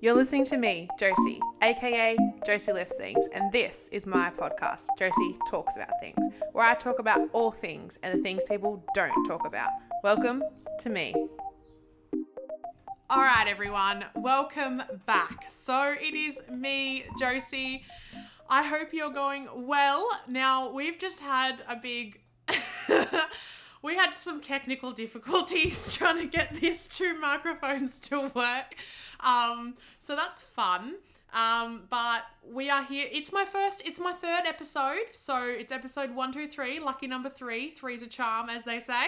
You're listening to me, Josie, aka Josie Lifts Things, and this is my podcast, Josie Talks About Things, where I talk about all things and the things people don't talk about. Welcome to me. All right, everyone, welcome back. So it is me, Josie. I hope you're going well. Now, we've just had a big. we had some technical difficulties trying to get these two microphones to work. Um, so that's fun. Um, but we are here. It's my first, it's my third episode. So it's episode one, two, three, lucky number three. Three's a charm, as they say.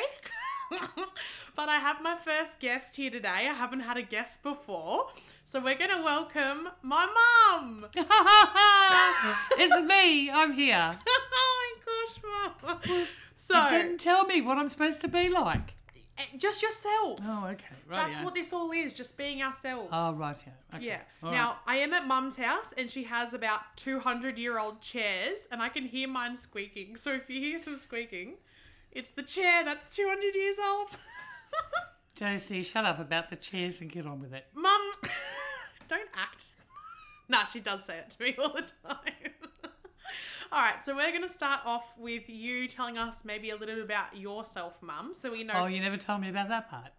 but I have my first guest here today. I haven't had a guest before. So we're going to welcome my mum. it's me. I'm here. oh my gosh, mum. You So, didn't tell me what I'm supposed to be like. eh, just yourself. Oh, okay. Right. That's what this all is, just being ourselves. Oh, right. Yeah. Okay. Yeah. All now, I right. am at mum's house and she has about 200 year old chairs and I can hear mine squeaking. So if you hear some squeaking, it's the chair that's 200 years old. Josie, shut up about the chairs and get on with it. Mum, don't act. nah, she does say it to me all the time. all right, so we're going to start off with you telling us maybe a little bit about yourself, mum, so we know. Oh, you never told me about that part.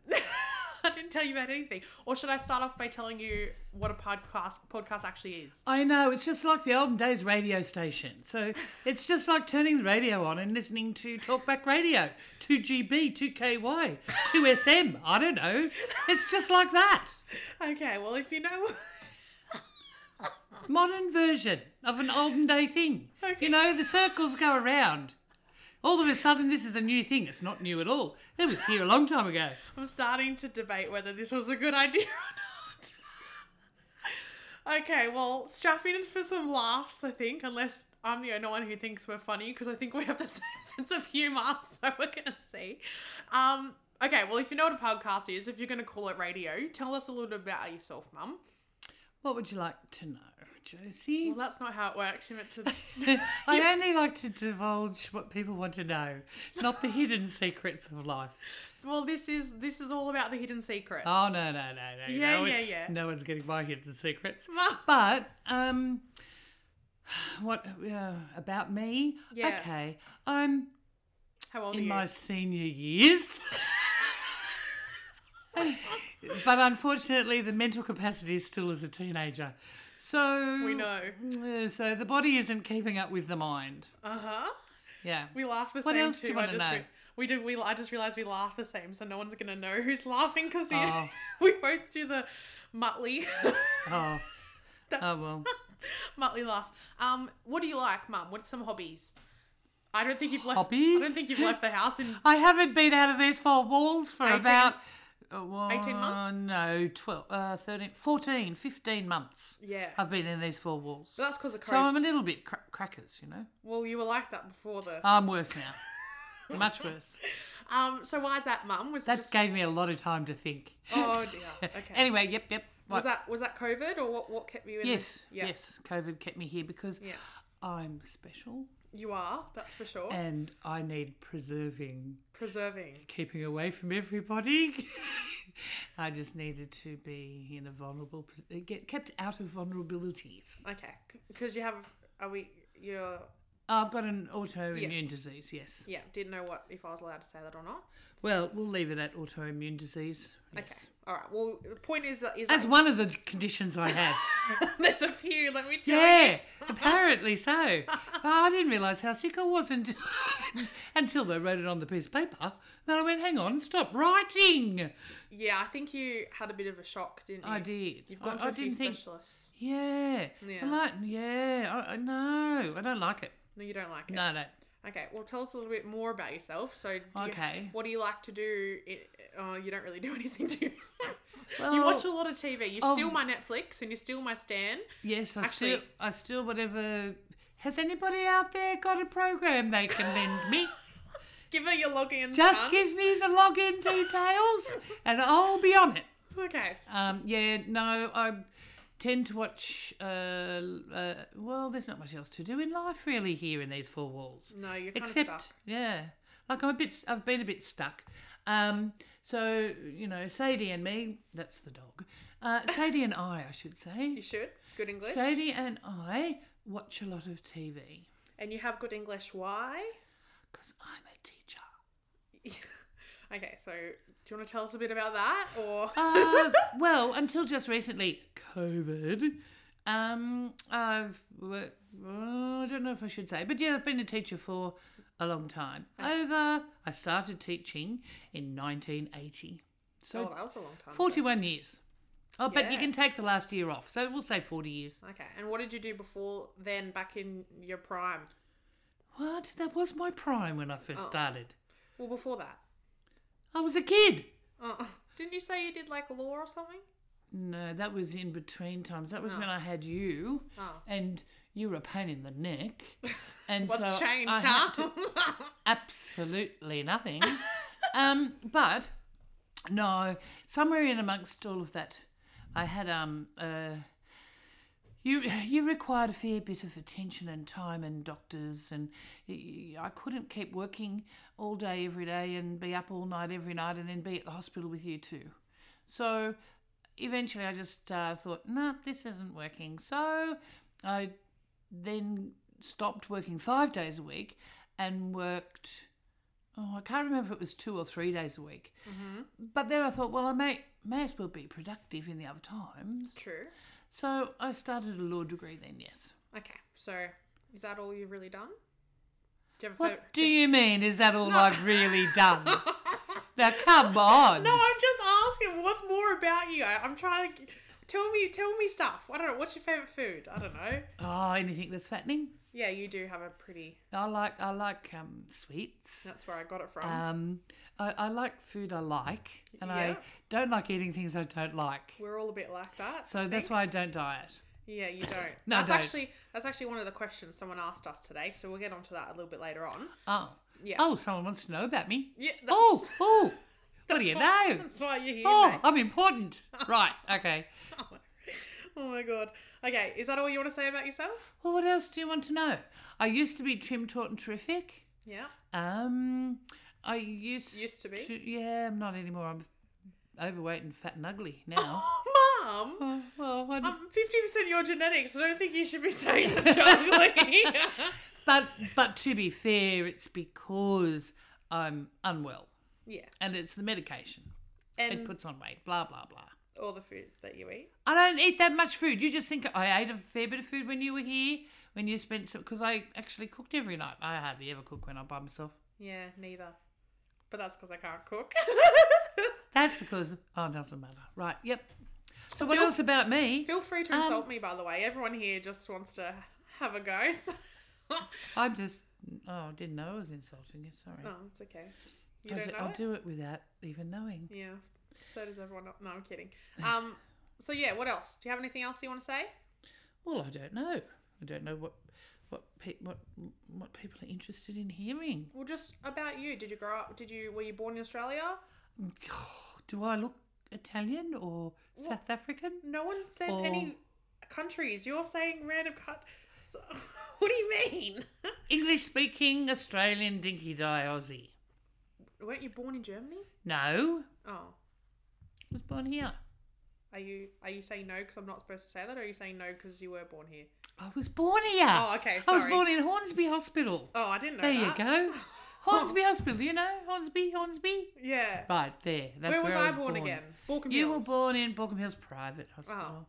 I didn't tell you about anything. Or should I start off by telling you what a podcast podcast actually is? I know. It's just like the olden days radio station. So it's just like turning the radio on and listening to Talkback Radio, 2GB, 2KY, 2SM. I don't know. It's just like that. Okay, well if you know modern version of an olden day thing. You know, the circles go around. All of a sudden, this is a new thing. It's not new at all. It was here a long time ago. I'm starting to debate whether this was a good idea or not. okay, well, strap in for some laughs, I think, unless I'm the only one who thinks we're funny, because I think we have the same sense of humour, so we're going to see. Um, okay, well, if you know what a podcast is, if you're going to call it radio, tell us a little bit about yourself, Mum. What would you like to know, Josie? Well, that's not how it works. You meant to. I only like to divulge what people want to know, not the hidden secrets of life. well, this is this is all about the hidden secrets. Oh, no, no, no, no. Yeah, no one- yeah, yeah. No one's getting my hidden secrets. Mum. But um, what uh, about me? Yeah. Okay, I'm How old are in you? my senior years. but unfortunately, the mental capacity is still as a teenager. So We know. Uh, So the body isn't keeping up with the mind. Uh huh. Yeah. We laugh the What same else do too. you I wanna just know? re- we did. We I just realized we laugh the same, so no one's gonna know who's laughing because we Oh. we both do the mutley Oh. oh well. mutley laugh. Um, what do you like, Mum? What's some hobbies? I don't think you've left. I don't Hobbies? think you've left the house in. I haven't been out of these four walls for 18 about uh, well, 18 months? No, 12, uh, 13, 14, 15 months. Yeah, I've been in these four walls. But that's because of COVID. so I'm a little bit cra- crackers, you know. well, you were like that before the. I'm worse now. Much worse. Um, so why is that, Mum? Was That it just? gave me a lot of time to think. oh dear. Okay. Anyway, yep, yep. was Right. that was that COVID or what? What kept you in? yes, This? Yeah. yes. COVID kept me here because Yeah. Oh. I'm special You are. That's for sure. and I need preserving, Preserving. keeping away from everybody. I just needed to be in a vulnerable, pos- uh, get kept out of vulnerabilities. Okay. Because you have. Are we? You're. I've got an autoimmune disease. Yes. Yeah, didn't know what if I was allowed to say that or not. Well, we'll leave it at autoimmune disease. Yes. Okay, all right. Well, the point is that is That's that, one of the conditions I have. there's a few. Let me tell you. Yeah, apparently so. But I didn't realise how sick I was until, until they wrote it on the piece of paper. Then I went, hang on, stop writing. Yeah, I think you had a bit of a shock, didn't you? I did. You've gone I, to I a few didn't think. specialists. Yeah. Yeah. I like, yeah. I, I know. I don't like it. No, you don't like it. No, no. Okay. Well, tell us a little bit more about yourself. So, do you- Okay. what do you like to do? It, uh, you don't really do anything, do you? you Well, watch a lot of TV. You oh. steal my Netflix and you steal my Stan. Yes, I still, Actually- I still, whatever. Has anybody out there got a program they can lend me? Give her your login. Just son. give me the login details and I'll be on it. Okay. s- Um, yeah, no, I tend to watch. Uh, uh, well, there's not much else to do in life really here in these four walls, no, you're kind except of stuck. yeah, like I'm a bit. I've been a bit stuck. Um, So, you know, Sadie and me, that's the dog. Uh, Sadie and I, I should say. You should. Good English. Sadie and I watch a lot of TV and you have good English. Why? because I'm a teacher. okay, so do you want to tell us a bit about that? Or Uh, well, until just recently, COVID. Um, I've wo- well, I don't know if I should say, but yeah, I've been a teacher for a long time. Over, I started teaching in oh, 1980, so that was a long time. ago. 41 years. Oh, but you Yeah. can take the last year off, so we'll say 40 years. Okay, and what did you do before then? Back in your prime? What? That was my prime when I first Oh. started. Well, before that, I was a kid. uh, didn't you say you did like law or something? No, that was in between times. That was Oh. when I had you. Oh. and you were a pain in the neck. And What's so changed, I huh? had to- absolutely nothing. um, but no, somewhere in amongst all of that, I had um uh, you you required a fair bit of attention and time and doctors and y- y- I couldn't keep working all day every day and be up all night every night and then be at the hospital with you too. So eventually, I just uh, thought, nah, this isn't working. So I then stopped working five days a week and worked oh i can't remember if it was two or three days a week but then i thought well i may may as well be productive in the other times True. so i started a law degree then yes Okay, so is that all you've really done? Do you have a what favorite? do you mean is that all i've really done now come on No, I'm just asking. What's more about you? I, I'm trying to tell me. Tell me stuff. I don't know. What's your favorite food? I don't know. oh anything that's fattening Yeah, you do have a pretty. i like i like um sweets That's where I got it from. um I, I like food i like and i Yeah. don't like eating things i don't like We're all a bit like that. so that's why i don't diet Yeah, you don't. No, that's don't. actually that's actually one of the questions someone asked us today, so we'll get onto that a little bit later on. Oh. Yeah. Oh, someone wants to know about me. Yeah, that's, Oh, oh. What do you why- know? That's why you're here. Oh, mate. I'm important. Right. Okay. Oh my god. Okay, is that all you want to say about yourself? Well, what else do you want to know? I used to be trim, taut, and terrific. Yeah. Um, I used Used to be? yeah, I'm not anymore. I'm overweight and fat and ugly now. Mom, oh, well, I- I'm 50% your genetics. I don't think you should be saying that, Charlie. but but to be fair, it's because I'm unwell, yeah. and it's the medication. It And puts on weight. Blah blah blah. all the food that you eat. I don't eat that much food. You just think I ate a fair bit of food when you were here, when you spent some, because I actually cooked every night. I hardly ever cook when I'm by myself. Yeah, neither. But that's because I can't cook. That's because, oh, it doesn't matter. Right, yep. So, what else about me? Feel free to Um, insult me, by the way. Everyone here just wants to have a go. So. I'm just, oh, I didn't know I was insulting you, sorry. No, Oh, it's okay. You I'll, don't ju- know I'll it? do it without even knowing. Yeah. So does everyone. el- No, I'm kidding. Um. So yeah, what else? Do you have anything else you want to say? Well, I don't know. I don't know what. What, pe- what what people are interested in hearing? Well, just about you. Did you grow up? Did you were you born in Australia? Do I look Italian or South African? No one said Or- any countries. You're saying random cut. So, what do you mean? English speaking Australian dinky die Aussie. Weren't you born in Germany? No, Oh, I was born here. are you are you saying no because I'm not supposed to say that? Or are you saying no because you were born here? I was born here. Oh, okay. I Sorry. was born in Hornsby Hospital. Oh, I didn't know there that. you go. Hornsby Hospital, you know? Hornsby, Hornsby. Yeah. Right, there. That's where where, was I, I was born, again? Balkan You were Hills. Oh. born in Borkham Hills Private Hospital.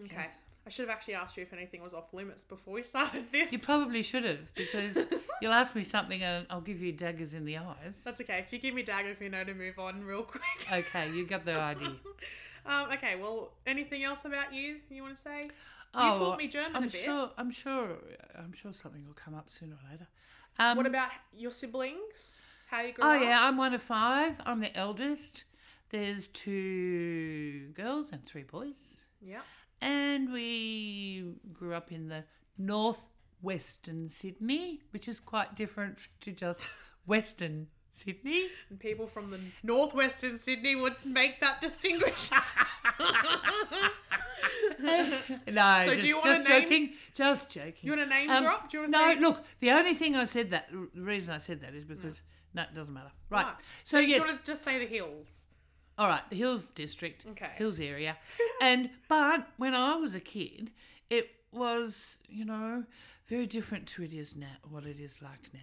Okay. Yes. I should have actually asked you if anything was off limits before we started this. You probably should have, because you'll ask me something and I'll give you daggers in the eyes. That's okay. If you give me daggers, we know to move on real quick. Okay, you got the idea. Um, okay, well, anything else about you you want to say? Oh, you taught me German I'm a bit. sure. I'm sure. I'm sure something will come up sooner or later. Um, What about your siblings? How you grew Oh up? yeah, I'm one of five. I'm the eldest. There's two girls and three boys, Yeah. and we grew up in the northwestern Sydney, which is quite different to just western Sydney. And people from the northwestern Sydney would make that distinguish. No, So do just, you wanna just name- joking. Just joking. Um, You wanna name drop? Do you wanna No, say- look. The only thing I said that the reason I said that is because No, it doesn't matter. Right. Ah. So, Do you yes. want to just say the hills? All right, the Hills District, Okay. Hills area, and but when I was a kid, it was you know very different to it is now. What it is like now,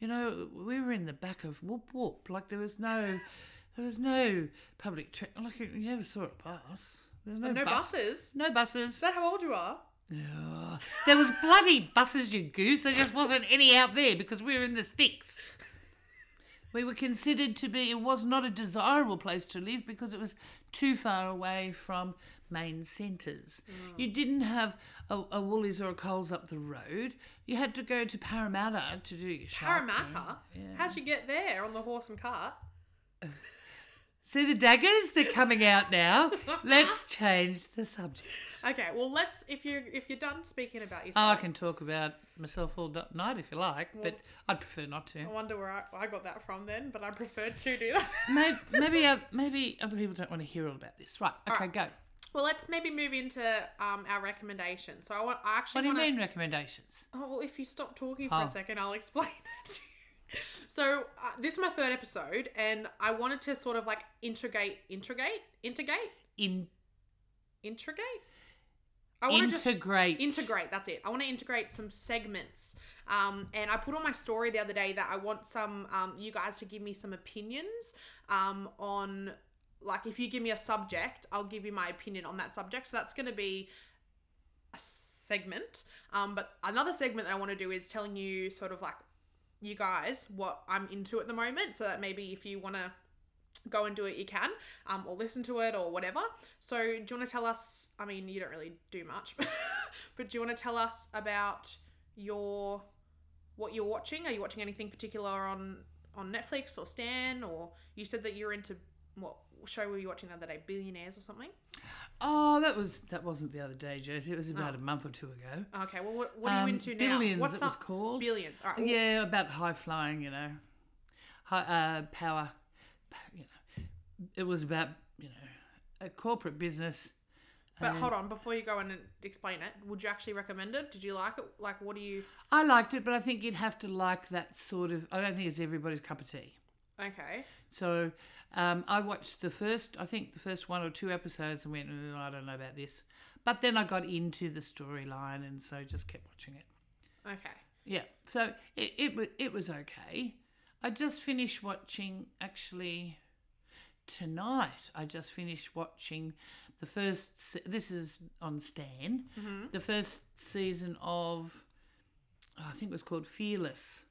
you know, we were in the back of whoop whoop. Like there was no, there was no public. Tra- like you never saw a bus. There's no, Oh, No bus- buses. No buses. Is that how old you are? Ugh. There was bloody buses, you goose. There just wasn't any out there because we were in the sticks. We were considered to be, it was not a desirable place to live because it was too far away from main centres. You didn't have a, a Woolies or a Coles up the road. You had to go to Parramatta to do your shopping. Parramatta. How'd you get there on the horse and cart? See the daggers? They're coming out now. Let's change the subject. Okay, well let's if you if you're done speaking about Oh, I yourself. can talk about myself all da- night if you like, but I'd prefer not to. I wonder where I, I got that from then, but I preferred to do that. maybe maybe, uh, maybe other people don't want to hear all about this. Right? Okay, right. go. well, let's maybe move into um, our recommendations. So I want I actually What do you want mean recommendations? Oh, well, if you stop talking for Oh. a second, I'll explain it. to you. so, uh, this is my third episode, and I wanted to sort of like integrate, integrate, integrate, In integrate. I want to just integrate. integrate. That's it. I want to integrate some segments. Um, and I put on my story the other day that I want some um, you guys to give me some opinions um, on like if you give me a subject, I'll give you my opinion on that subject. So that's going to be a segment. Um, but another segment that I want to do is telling you sort of like you guys what I'm into at the moment, so that maybe if you want to go and do it, you can, um, or listen to it or whatever. So, do you want to tell us? I mean, you don't really do much, but do you want to tell us about your what you're watching? Are you watching anything particular on on Netflix or Stan? Or you said that you're into what show were you watching the other day? Billionaires or something? Oh, that was that wasn't the other day, Josie. It Oh. was about a month or two ago. Okay, well, what, what are you Um, into now? Billions, What's it was some- called. Billions. All right. well, Yeah, about high flying, you know, high, uh, power. pa- You know, it was about you know a corporate business. But hold on, before you go in and explain it, would you actually recommend it? Did you like it? Like, what do you? I liked it, but I think you'd have to like that sort of. I don't think it's everybody's cup of tea. Okay. So um, I watched the first, I think the first one or two episodes and went, "Mm, I don't know about this. But then I got into the storyline and so just kept watching it. Okay. Yeah. So it, it, wa- it was okay. I just finished watching, actually, tonight, I just finished watching the first, se- this is on Stan, the first season of, oh, I think it was called Fearless.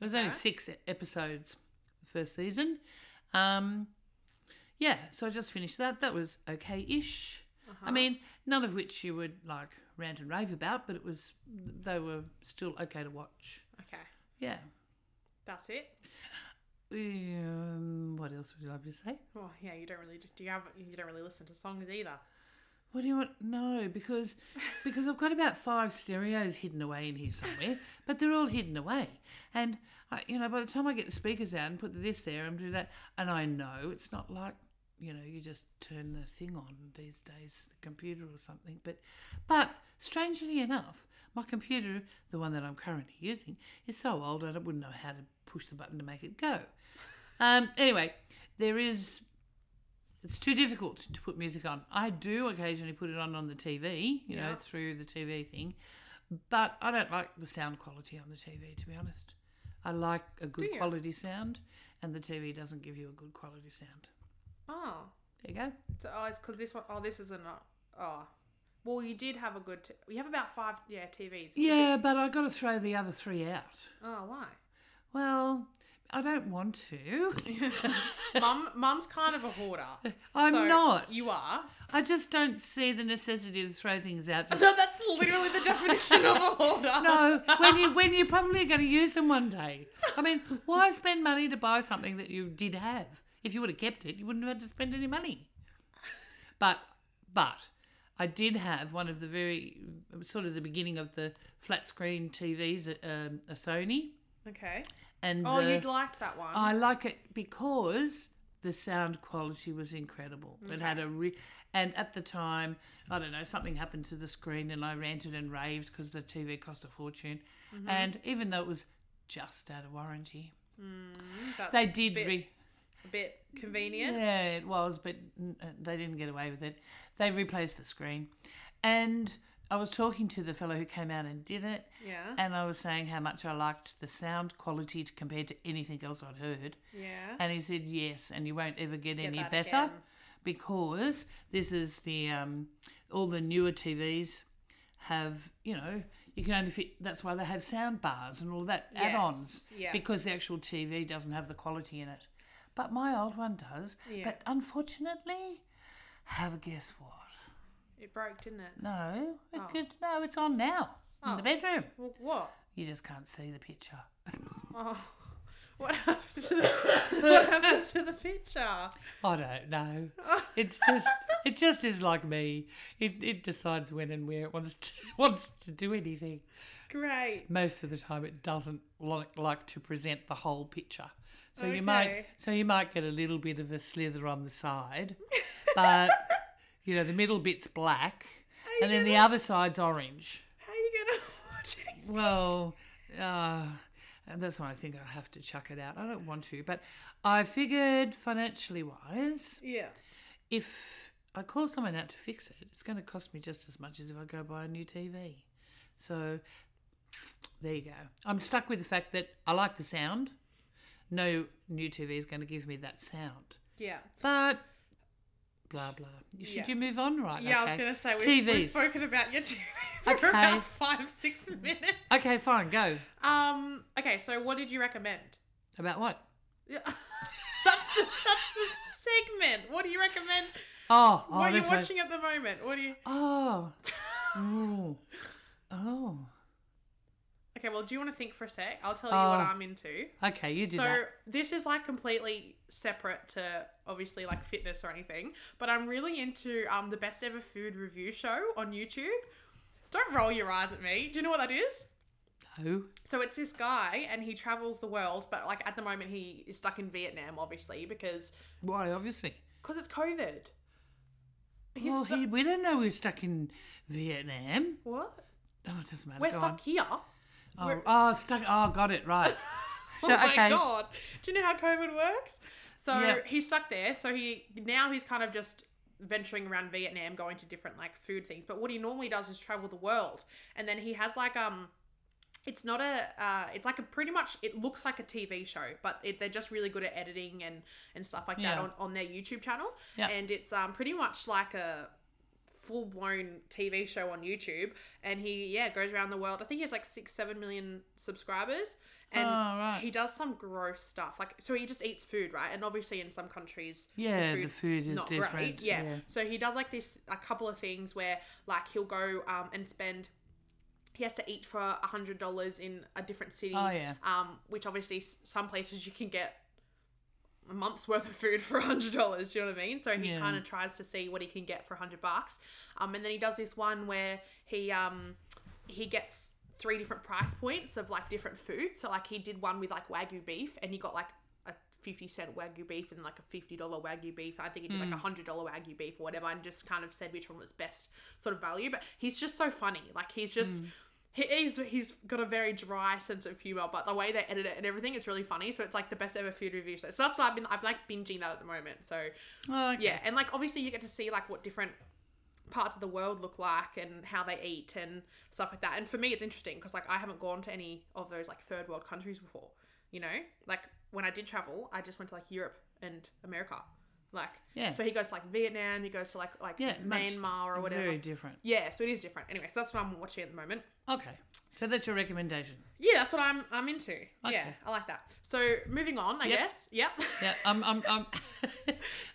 It was only Okay. six e- episodes, the first season. Um, yeah, so I just finished that. That was okay ish. I mean, none of which you would like rant and rave about, but it was, they were still okay to watch. Okay. Yeah. That's it. Um, what else would you like me to say? Well, Oh, yeah, you don't really do you have you don't really listen to songs either. What do you want? No, because because I've got about five stereos hidden away in here somewhere, but they're all hidden away. And I, you know, by the time I get the speakers out and put this there and do that, and I know it's not like you know you just turn the thing on these days, the computer or something. But but strangely enough, my computer, the one that I'm currently using, is so old I wouldn't know how to push the button to make it go. Um, anyway, there is it's too difficult to put music on. I do occasionally put it on on the TV, you know, Yeah. through the TV thing, but I don't like the sound quality on the TV, to be honest. I like a good you? quality sound, and the TV doesn't give you a good quality sound. Oh, There you go. so oh, it's because this one oh this isn't a, oh. Well, you did have a good. T- you have about five yeah TVs. Yeah, but I got to throw the other three out. Oh, why? Well, I don't want to. Mum, mum's kind of a hoarder. I'm So not. You are. I just don't see the necessity to throw things out. So that's literally the definition of a hoarder. No, when you when you're probably going to use them one day. I mean, why spend money to buy something that you did have? If you would have kept it, you wouldn't have had to spend any money. But but I did have one of the very sort of the beginning of the flat screen TVs, um, a Sony, Okay. and Oh, the- you liked that one. I like it because the sound quality was incredible. It had a re- and at the time, I don't know, something happened to the screen and I ranted and Mm-hmm. raved because the TV cost a fortune. And even though it was just out of warranty, That's They did. a bit, Re- a bit convenient. yeah, it was, but mm, uh, they didn't get away with it. They replaced the screen. And I was talking to the fellow who came out and did it, Yeah. and I was saying how much I liked the sound quality t- compared to anything else I'd heard. Yeah. And he said, yes, and you won't ever get, any that better again. because this is the, um, all the newer TVs have, you know, you can only fit, that's why they have sound bars and all that Yes, add ons yeah. because the actual TV doesn't have the quality in it. But my old one does. Yeah. But unfortunately, have a guess what? It broke, didn't it? No, it Oh. could, no, it's on now in the bedroom. Well, what? You just can't see the picture. Oh, what happened to the what happened to the picture? I don't know. It's just it just is like me. It it decides when and where it wants to wants to do anything. Great. Most of the time, it doesn't like like to present the whole picture. So you Okay. might so you might get a little bit of a slither on the side, but you know the middle bit's black, you and then the other side's orange. How are you gonna watch it? Well, uh, and that's why I think I have to chuck it out. I don't want to, but I figured financially wise, Yeah. if I call someone out to fix it, it's going to cost me just as much as if I go buy a new TV. So there you go. I'm stuck with the fact that I like the sound. No new TV is going to give me that sound. Yeah. But blah blah. Should Yeah. you move on right Yeah, I was Okay. gonna say we've, we've TVs. spoken about your TV for Okay. about five six minutes. Okay, fine, go. Um. Okay. So, what did you recommend? About what? Yeah. that's the, that's the segment. What do you recommend? Oh, what oh are you that's right. watching at the moment? What do you? Oh. Ooh. Oh. Okay. Well, do you want to think for a sec? I'll tell you Oh. what I'm into. Okay, you do So that. this is like completely separate to obviously like fitness or anything, but I'm really into um the best ever food review show on YouTube. Don't roll your eyes at me. Do you know what that is? No. So it's this guy and he travels the world, but like at the moment he is stuck in Vietnam obviously because Why, obviously. cuz it's COVID. He's well, stu- he, we don't know we're stuck in Vietnam. what? Oh, it doesn't matter. We're Go stuck on. here. Oh, oh, stuck. Oh, got it. Right. Oh So, my okay. god! Do you know how COVID works? So Yeah. he's stuck there. So he now he's kind of just venturing around Vietnam, going to different like food things. But what he normally does is travel the world, and then he has like um. It's not a. Uh, it's like a pretty much. It looks like a TV show, but it, they're just really good at editing and and stuff like that Yeah. on, on their YouTube channel. Yeah. And it's um pretty much like a full blown TV show on YouTube, and he yeah goes around the world. I think he has like six seven million subscribers, and Oh, right. he does some gross stuff. Like so, he just eats food, right? And obviously, in some countries, Yeah, the food's food is different, Yeah. yeah. so he does like this a couple of things where like he'll go um, and spend. He has to eat for a hundred dollars in a different city. Oh, yeah. Um, which obviously s- some places you can get a month's worth of food for a hundred dollars. Do you know what I mean? So he Yeah. kind of tries to see what he can get for a hundred bucks. Um, and then he does this one where he um he gets three different price points of like different food. So like he did one with like wagyu beef, and he got like a fifty cent wagyu beef and like a fifty dollar wagyu beef. I think he did like a hundred dollar wagyu beef or whatever, and just kind of said which one was best sort of value. But he's just so funny. Like he's just. He is, he's got a very dry sense of humor, but the way they edit it and everything, it's really funny. So it's like the best ever food review show. So that's what I've been, I've like binging that at the moment. So Oh, okay. yeah, and like obviously you get to see like what different parts of the world look like and how they eat and stuff like that. And for me, it's interesting because like I haven't gone to any of those like third world countries before. You know, like when I did travel, I just went to like Europe and America. Like, Yeah. So he goes to like Vietnam. He goes to like like Yeah, it's much- Myanmar or whatever. Very different. yeah, so it is different. Anyway, so that's what I'm watching at the moment. Okay. So that's your recommendation. Yeah, that's what I'm I'm into. Yeah, Okay. I like that. So moving on, I Yep. guess. Yep. Yeah, I'm. I'm. I'm,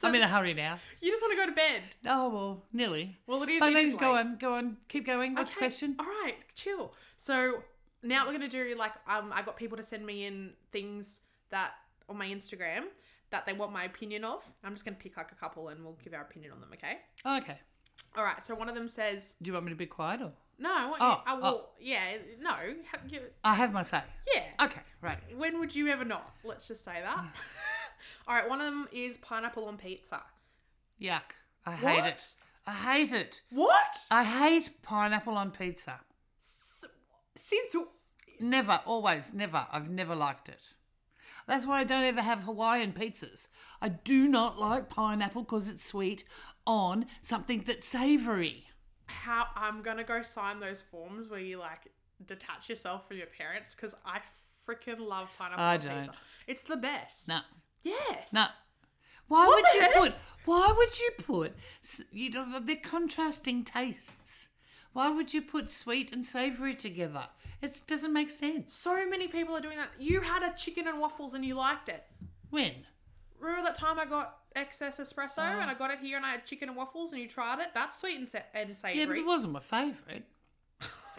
I'm in a hurry now. you just want to go to bed. Oh well, nearly. Well, it is. But it is then go late. on, go on, keep going. What's the question? All right, chill. So now we're gonna do like um, I got people to send me in things that on my Instagram that they want my opinion of. I'm just gonna pick like a couple and we'll give our opinion on them. Okay. Oh, okay. All right. So one of them says Do you want me to be quiet or? no. I want Oh, you, I will. Yeah. No. Have you, I have my say. yeah. Okay. Right. When would you ever not? Let's just say that. All right. One of them is pineapple on pizza. Yuck. I hate it. What? I hate it. What? I hate pineapple on pizza. Since Never, always, never. I've never liked it. That's why I don't ever have Hawaiian pizzas. I do not like pineapple because it's sweet on something that's savory. How I'm gonna go sign those forms where you like detach yourself from your parents because I freaking love pineapple I on pizza. don't. It's the best. No, Yes. no. Why What would the you heck? put? Why would you put? s- You know, they're contrasting tastes. Why would you put sweet and savory together? It doesn't make sense. So many people are doing that. You had a chicken and waffles and you liked it. When? Remember that time I got excess espresso Uh-huh. and I got it here and I had chicken and waffles and you tried it? That's sweet and, sa- and Yeah, but savory. it wasn't my favourite.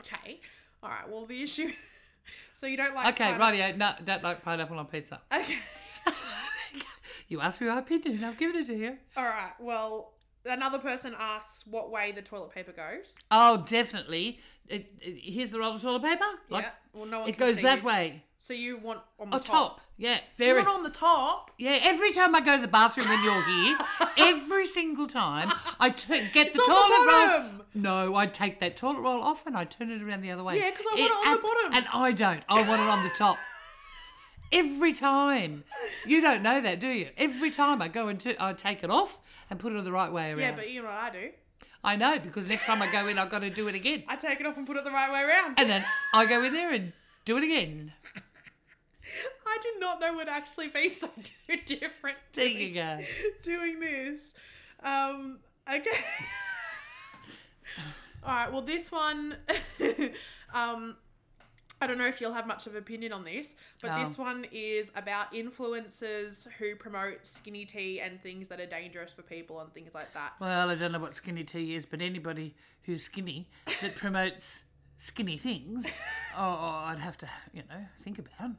okay. All right. Well, the issue. so you don't like. Okay, pineapple- rightio. No, don't like pineapple on pizza. Okay. You asked me my opinion. I've given it to you. All right. Well, another person asks what way the toilet paper goes. Oh, definitely. It, it- here's the roll of toilet paper. Like, yeah. Well, no one. It can goes see that you. way. So you want on the Oh, top. Yeah, You very. want on the top. Yeah, every time I go to the bathroom when you're here, every single time I tu- get the on the toilet roll. bottom. No, I take that toilet roll off and I turn it around the other way. Yeah, 'cause I It want it on the bottom. And I don't. I want it on the top. Every time. You don't know that, do you? Every time I go and tu- I take it off and put it the right way around. Yeah, but you know what I do? I know because next time I go in, I've got to do it again. I take it off and put it the right way around. And then I go in there and do it again. I did not know would actually be so different. There you go. doing this. Um, okay. All right. Well, this one, um, I don't know if you'll have much of an opinion on this, but No. this one is about influencers who promote skinny tea and things that are dangerous for people and things like that. Well, I don't know what skinny tea is, but anybody who's skinny that promotes skinny things, oh, I'd have to, you know, think about.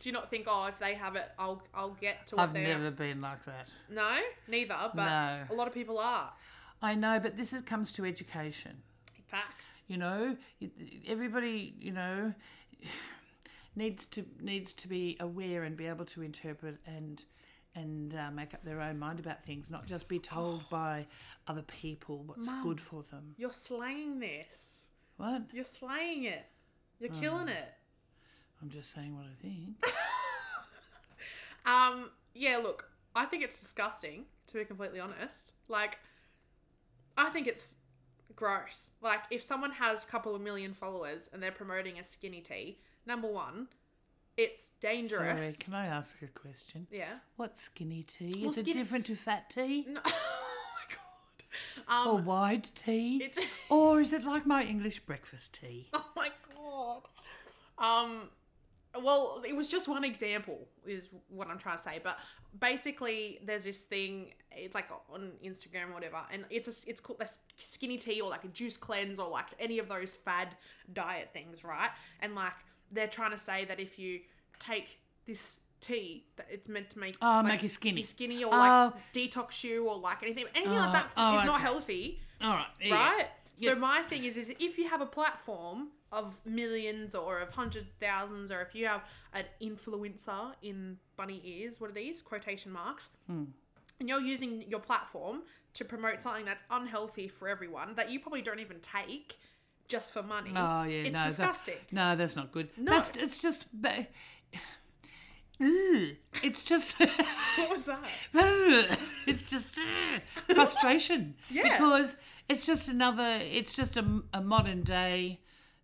Do you not think, oh, if they have it, I'll I'll get to what I've they never been like that. No, neither. But No. a lot of people are. I know, but this is, comes to education. Facts. You know, You- everybody, you know, needs to needs to be aware and be able to interpret and and uh, make up their own mind about things, not just be told by other people what's good for them. You're slaying this. What? You're slaying it. You're Mm. killing it. I'm just saying what I think. Um, yeah, look, I think it's disgusting, to be completely honest. Like, I think it's gross. Like, if someone has a couple of million followers and they're promoting a skinny tea, number one, it's Sorry, dangerous. can I ask a question? yeah. What's skinny tea? Well, Is it skin- different to fat tea? No- oh my god. Um, or wide tea? it's. Or is it like my English breakfast tea? oh my god. Um, well, it was just one example, is what I'm trying to say. But basically, there's this thing. It's like on Instagram or whatever, and it's a, it's called this skinny tea or like a juice cleanse or like any of those fad diet things, right? And like they're trying to say that if you take this tea, that it's meant to make Oh, like, make you skinny. you skinny or like Oh. detox you or like anything, anything like Oh, that is oh, not okay. healthy All right. yeah. right? Yeah. So my thing is, is if you have a platform of millions or of hundred thousands, or if you have an influencer in bunny ears, what are these quotation marks? Hmm. And you're using your platform to promote something that's unhealthy for everyone that you probably don't even take just for money. Oh yeah, it's no, that- disgusting. no, that's not good. No, that's, it's just. ba- Ugh. It's just. What was that? Ugh. it's just ugh, frustration Yeah. because it's just another it's just a, a modern day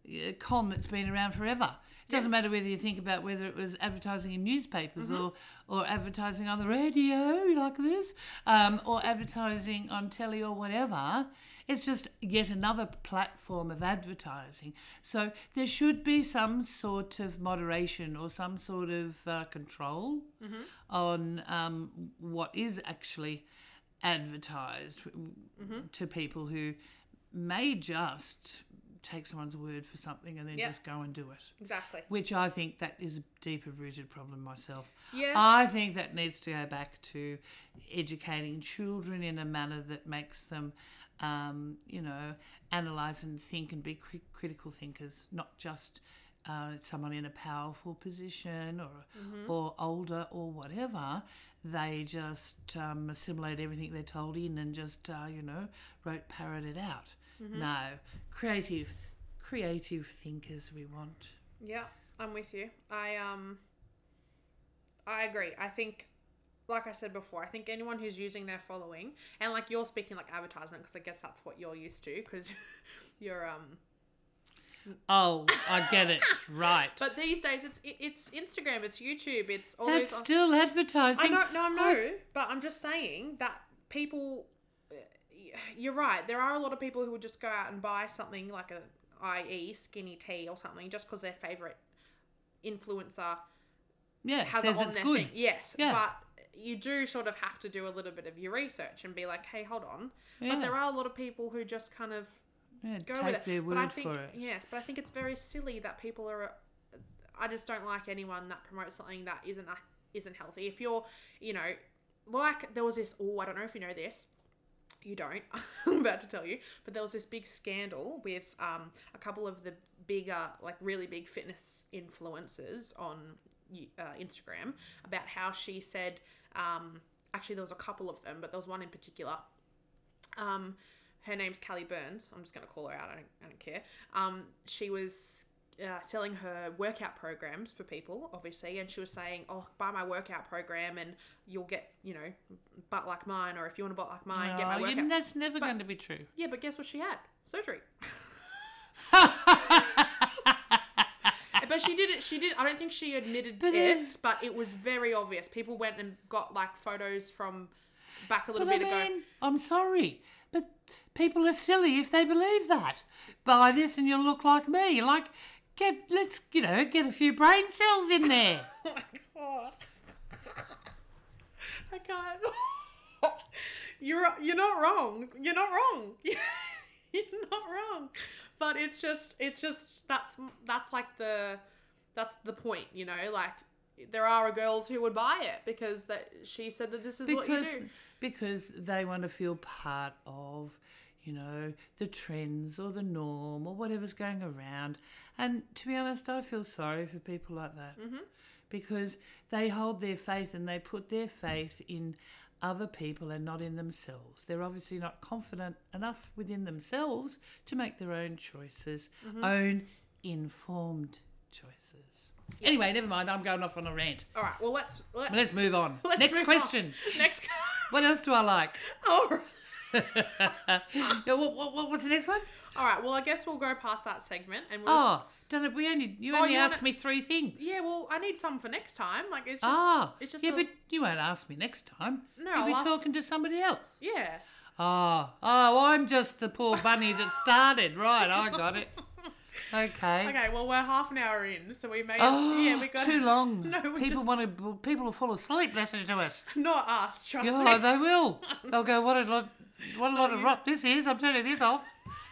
uh, con that's been around forever it doesn't matter whether you think about whether it was advertising in newspapers or or advertising on the radio like this um, or advertising on telly or whatever it's just yet another platform of advertising so there should be some sort of moderation or some sort of uh, control on um, what is actually advertised to people who may just take someone's word for something and then Yeah. just go and do it. Exactly. Which I think that is a deeper rooted problem myself. Yes. I think that needs to go back to educating children in a manner that makes them, um, you know, analyse and think and be cri- critical thinkers, not just uh, someone in a powerful position or or older or whatever. They just um, assimilate everything they're told in and just, uh, you know, wrote parrot it out. No, creative, creative thinkers we want. Yeah, I'm with you. I um I agree. I think, like I said before, I think anyone who's using their following, and like you're speaking like advertisement, because I guess that's what you're used to, because you're um. Oh, I get it. Right. But these days, it's it, it's Instagram, it's YouTube, it's all That's those. still advertising. I know, no, I know, but I'm just saying that people. uh, You're right. There are a lot of people who would just go out and buy something like a, i.e., skinny tea or something, just because their favorite influencer Yeah, it has says it on it's their good. thing. Yes, Yeah. but you do sort of have to do a little bit of your research and be like, hey, hold on. Yeah. But there are a lot of people who just kind of Yeah, go take with it. their word but I think, for it. Yes, but I think it's very silly that people are. uh, I just don't like anyone that promotes something that isn't isn't healthy. If you're, you know, like there was this. Oh, I don't know if you know this. You don't. I'm about to tell you, but there was this big scandal with um, a couple of the bigger, like really big fitness influencers on uh, Instagram about how she said. Um, actually, there was a couple of them, but there was one in particular um, her name's Callie Burns. I'm just going to call her out. I don't, I don't care. Um, she was uh, selling her workout programs for people, obviously, and she was saying, "Oh, buy my workout program, and you'll get, you know, butt like mine, or if you want a butt like mine, get my Oh, you- workout." that's never going to be true. yeah, but guess what? She had surgery. But she did it. She did. I don't think she admitted But it, if- but it was very obvious. People went and got like photos from back a little But I bit ago. mean, I'm sorry, but people are silly if they believe that. Buy this and you'll look like me. Like, get let's you know get a few brain cells in there. Oh my god. I can't. you're you're not wrong. You're not wrong. you're not wrong. But it's just it's just that's that's like the that's the point, you know, like there are girls who would buy it because that she said that this is what because you do. because they want to feel part of you know the trends or the norm or whatever's going around and to be honest i feel sorry for people like that Mm-hmm. because they hold their faith and they put their faith in other people and not in themselves they're obviously not confident enough within themselves to make their own choices Mm-hmm. own informed choices anyway never mind i'm going off on a rant All right, well let's let's, let's move on let's next move on. question Next what else do i like All right. Yeah, what, what, what was the next one? All right, well I guess we'll go past that segment and we'll just- Oh, done it. We only you only Oh, you wanna- asked me three things. yeah, well I need some for next time. Like it's just Ah, it's just yeah, a- but you won't ask me next time. No, you'll be I'll ask- talking to somebody else. yeah. Oh, oh, I'm just the poor bunny that started. Right, I got it. Okay. Okay, well we're half an hour in, so we may Oh, yeah we got too long. No, we people just- want to. People will fall asleep listening to us. Not us, trust Yeah, me. they will. They'll go. What a lot. What a lot of rot this is. I'm turning this off.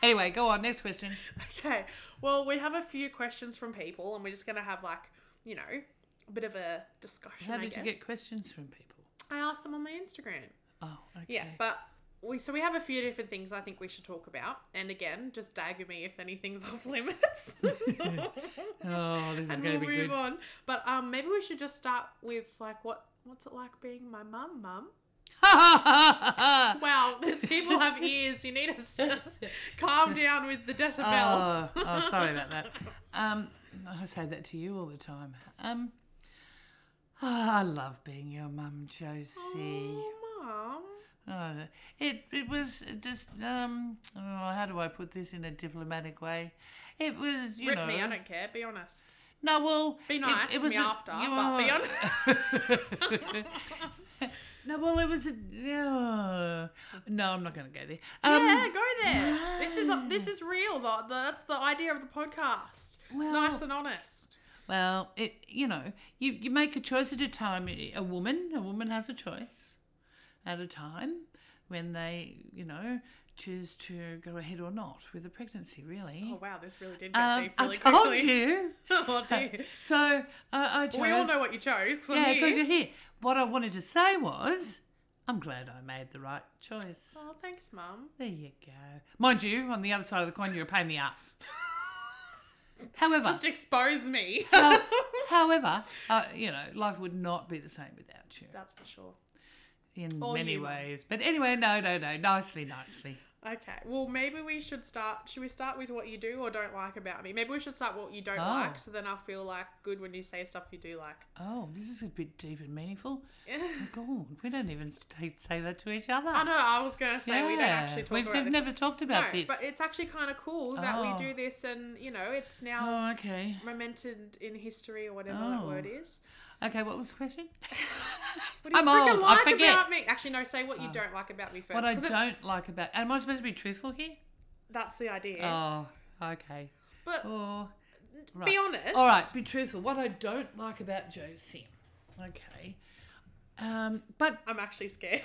Anyway, go on. Next question. Okay, well we have a few questions from people, and we're just gonna have like you know a bit of a discussion. How I did you guess. get questions from people? I asked them on my Instagram. Oh, okay. Yeah, but we so we have a few different things I think we should talk about, and again, just dagger me if anything's off limits. Oh, this is and going we'll to be move good. on. But um, maybe we should just start with like what what's it like being my mum, mum. Wow, there's people have ears. You need to s- calm down with the decibels. oh, oh, sorry about that. Um, I say that to you all the time. Um, oh, I love being your mum, Josie. Oh, mum. Oh, it it was just um. Oh, how do I put this in a diplomatic way? It was you Rip know. me, I don't care. Be honest. No, well, Be it- nice It, to was me a- after, you but be are- honest. no, well, it was a. No, no I'm not going to go there. Um, yeah, go there. This is this is real. Though. That's the idea of the podcast. Well- nice and honest. Well, it you know you you make a choice at a time. A woman, a woman has a choice at a time when they you know choose to go ahead or not with a pregnancy. Really, Oh wow, this really did get Um, deep really I told quickly. you. Oh, dear. So I I chose. we all know what you chose. 'cause I'm yeah, here. because you're here. What I wanted to say was, I'm glad I made the right choice. Oh, thanks, mum. There you go. Mind you, on the other side of the coin, you're a pain in the ass. However, Just expose me. How- however, uh, you know, life would not be the same without you That's for sure. in Or many you. ways. But anyway, no, no, no. Nicely, nicely. Okay. Well, maybe we should start. Should we start with what you do or don't like about me? Maybe we should start what you don't Oh. like, so then I'll feel like good when you say stuff you do like. Oh, this is a bit deep and meaningful. Oh, God, we don't even t- say that to each other. I know. I was gonna say we don't actually talk We've about d- this. never talked about no, this. but it's actually kind of cool that Oh. we do this, and you know, it's now oh, okay. memented in history or whatever that Oh. word is. Okay, what was the question? What do you I'm freaking old, I like forget. Oh. about me? Actually, no. Say what you don't like about me first. What I 'cause it's- don't like about. Am I supposed to be truthful here? That's the idea. Oh, okay. but Oh, be right. honest. All right, be truthful. What I don't like about Josie. Okay. Um, but. I'm actually scared.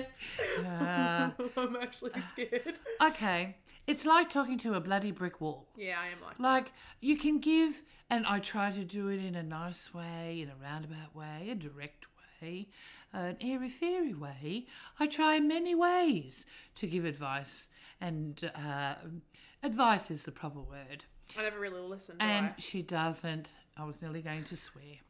Uh, I'm actually scared. okay. It's like talking to a bloody brick wall. Yeah, I am like. Like, you can give, and I try to do it in a nice way, in a roundabout way, a direct way, an airy fairy way. I try in many ways to give advice, and uh, advice is the proper word. I never really listen. Do And I? she doesn't. I was nearly going to swear.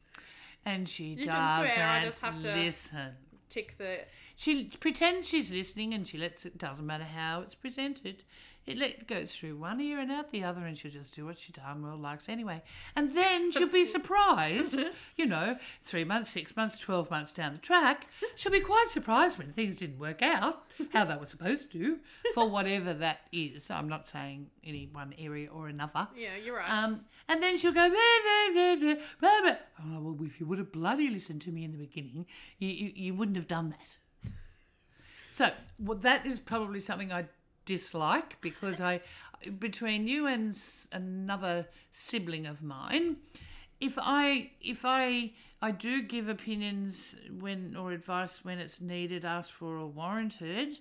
And she You can doesn't swear, I just have to- listen. tick the She pretends she's listening and she lets it, doesn't matter how it's presented. It let, goes through one ear and out the other, and she'll just do what she darn well likes anyway. And then she'll be surprised, you know, three months, six months, 12 months down the track, she'll be quite surprised when things didn't work out how they were supposed to for whatever that is. I'm not saying any one area or another. yeah, you're right. Um, and then she'll go, blah, blah, blah, blah, blah, blah. Oh, well, if you would have bloody listened to me in the beginning, you, you, you wouldn't have done that. So well, that is probably something I dislike because I, between you and s- another sibling of mine, if I if I I do give opinions when or advice when it's needed, asked for or warranted,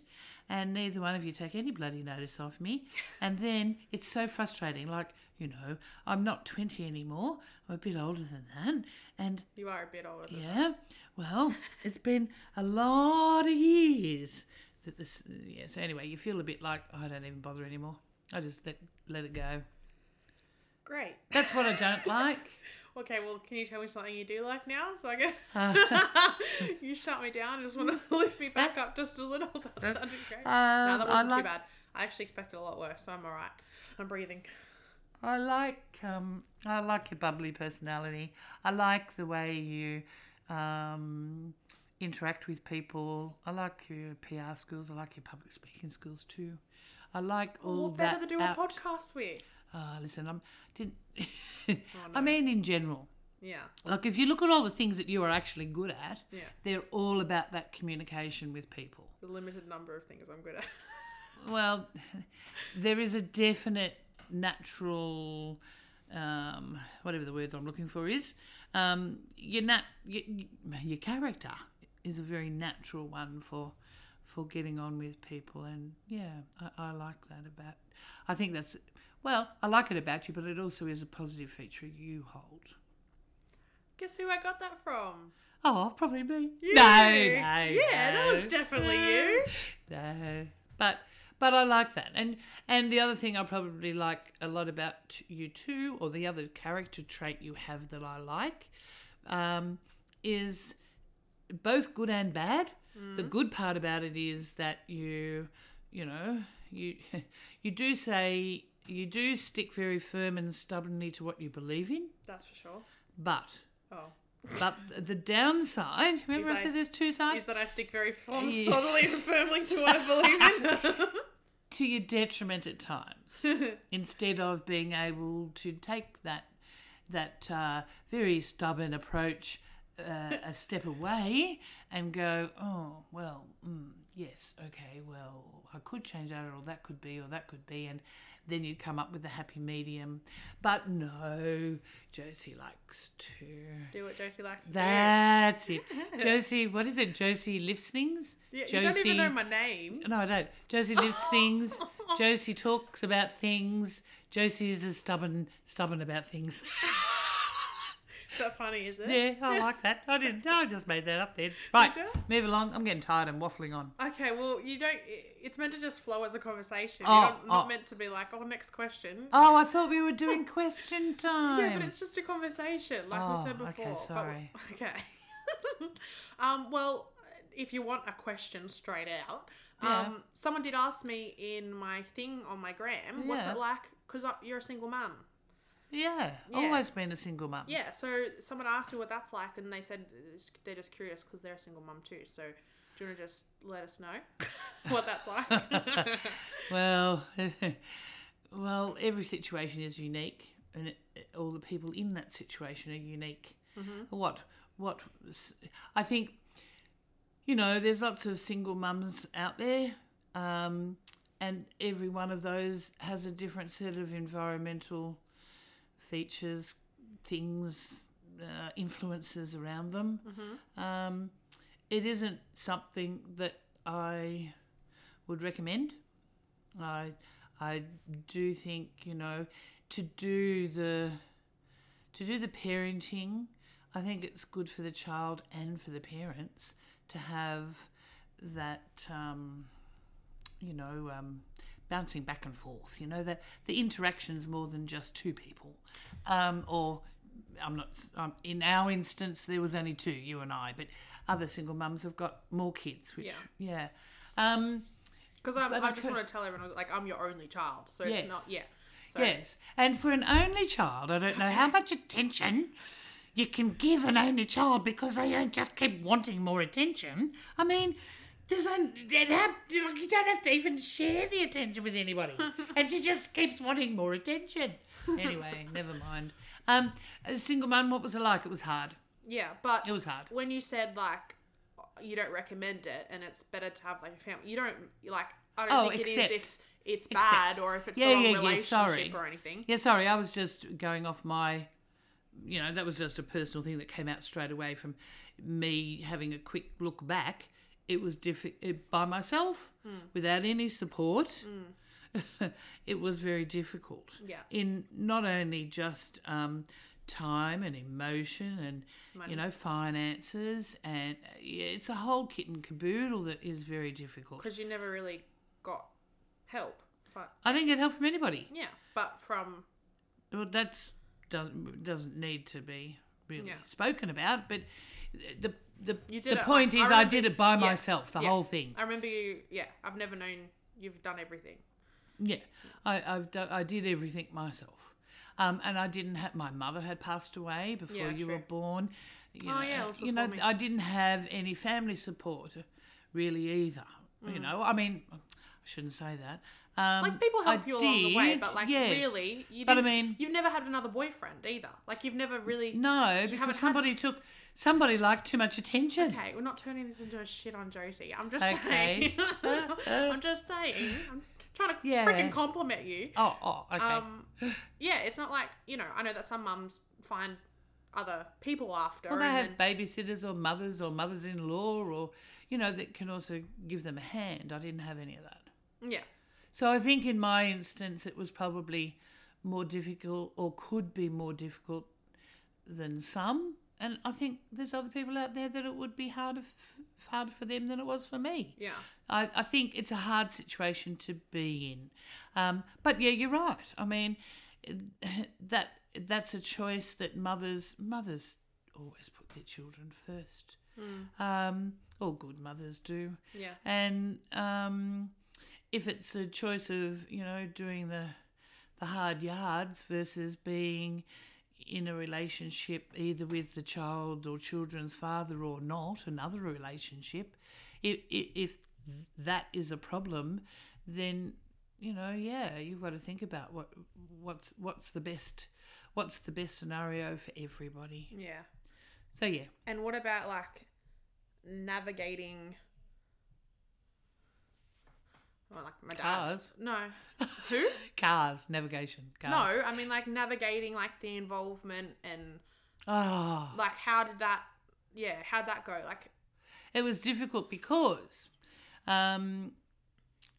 and neither one of you take any bloody notice of me, and then it's so frustrating. Like you know, I'm not twenty anymore. I'm a bit older than that, and you are a bit older. Than yeah. Well, it's been a lot of years that this. Yeah. So anyway, you feel a bit like "Oh, I don't even bother anymore. I just let let it go. Great. That's what I don't like. Okay, well, can you tell me something you do like now? So I can. Uh. you shut me down. I just want to lift me back up just a little. That, that'd be great. no, Um, that I wasn't like- too bad. I actually expected a lot worse, so I'm all right. I'm breathing. I like um, I like your bubbly personality. I like the way you um, interact with people. I like your PR skills. I like your public speaking skills too. I like all what that. better to do out- a podcast with? Ah, listen, I'm didn't. Oh, no. I mean, in general, Yeah, like if you look at all the things that you are actually good at, yeah. they're all about that communication with people. The limited number of things I'm good at. Well, there is a definite natural, um, whatever the word I'm looking for is, um, your nat your, your character is a very natural one for for getting on with people, and yeah, I, I like that about. I think that's well, I like it about you, but it also is a positive feature you hold. Guess who I got that from? Oh, probably me. You. No, no, Yeah, that no. was definitely you. No, but but I like that, and and the other thing I probably like a lot about you too, or the other character trait you have that I like, um, is both good and bad. The good part about it is that you, you know, you you do say you do stick very firm and stubbornly to what you believe in, That's for sure. but Oh. but the downside. Remember, I I said s- there's two sides. Is that I stick very firm, Yeah. solidly and firmly to what I believe in. to your detriment at times instead of being able to take that that uh, very stubborn approach uh, a step away and go oh well mm, yes okay well i could change that or that could be or that could be and then you come up with the happy medium but no josie likes to Do what Josie likes to that's it josie what is it josie lifts things do. Yeah, you don't even know my name. no, I don't. Josie lives things. Josie talks about things. Josie is a stubborn, stubborn about things. Is that funny, is it? Yeah, I like that. I didn't. I just made that up then. Right, Did ya? move along. I'm getting tired. I'm waffling on. Okay, well, you don't. i- It's meant to just flow as a conversation. Oh, You're not, not oh. meant to be like, oh, next question. Oh, I thought we were doing question time. yeah, but it's just a conversation, like we Oh, said okay, before. but- sorry. okay. um. Well, if you want a question straight out. Yeah. Um, someone did ask me in my thing on my gram, what's Yeah. it like? Because you're a single mum. Yeah, Yeah. always been a single mum. Yeah, so someone asked me what that's like, and they said it's- they're just curious because they're a single mum too. So do you want to just let us know what that's like? Well, well, every situation is unique, and it, all the people in that situation are unique. What? What? s- I think, you know, there's lots of single mums out there, um, and every one of those has a different set of environmental features, things, uh, influences around them. Um, it isn't something that I would recommend. I I do think you know to do the to do the parenting. I think it's good for the child and for the parents to have that um, you know um, bouncing back and forth. You know that the interactions more than just two people, um, or I'm not um, in our instance there was only two, you and I, but other single mums have got more kids, which yeah. Um, Because I But I just could- want to tell everyone, like, I'm your only child, so Yes. it's not, yeah. So, Yes, and for an only child, I don't know how much attention you can give an only child because they don't just keep wanting more attention. I mean, there's un- they'd have- like, you don't have to even share the attention with anybody, and she just keeps wanting more attention. Anyway, never mind. Um, a single mum, what was it like? It was hard. Yeah, but It was hard. when you said like you don't recommend it and it's better to have like a family you don't like i don't Oh, think it is except- if it's except. bad or if it's Yeah, the wrong yeah, yeah, relationship sorry. or anything Yeah, sorry, I was just going off my. You know, that was just a personal thing that came out straight away from me having a quick look back. It was difficult by myself, Hmm. without any support. it was very difficult. Yeah. In not only just um, time and emotion and, you know, finances, and uh, yeah, it's a whole kit and caboodle that is very difficult. because you never really got help Fi- I didn't get help from anybody. yeah but from Well, that's doesn't doesn't need to be really Yeah. spoken about, but the the, You the did it- point I is, I remember- did it by yeah, myself, the yeah. whole thing. i remember you yeah i've never known you've done everything Yeah, I, I've done, I did everything myself, um, and I didn't have my mother had passed away before Yeah, you true. were born. You Oh, know, yeah, it was you know, before me. I didn't have any family support, really either. You know, I mean, I shouldn't say that. Um, Mm. like people help I you along the way did, but like yes. really you But I didn't- mean- you've never had another boyfriend either like you've never really No, haven't had- because somebody took somebody liked too much attention. Okay, we're not turning this into a shit on Josie. I'm just Okay. saying. I'm just saying. I'm trying to Yeah. freaking compliment you. Oh, oh, okay. Um, yeah, it's not like you know. I know that some mums find other people after. well, they and have then, babysitters or mothers or mothers-in-law or you know that can also give them a hand. I didn't have any of that, yeah, so I think in my instance it was probably more difficult or could be more difficult than some. And I think there's other people out there that it would be harder f- harder for them than it was for me. yeah, I, I think it's a hard situation to be in. Um, but yeah, you're right. I mean, that that's a choice that mothers mothers always put their children first. Um, all good mothers do. yeah, And um, if it's a choice of you know doing the the hard yards versus being in a relationship either with the child or children's father or not another relationship if if, if that is a problem then you know yeah you've got to think about what what's what's the best what's the best scenario for everybody yeah. so yeah And what about like navigating? Well, like my dad. Cars. No. Who? cars navigation cars No, I mean like navigating like the involvement and oh like how did that yeah how'd that go like it was difficult because um,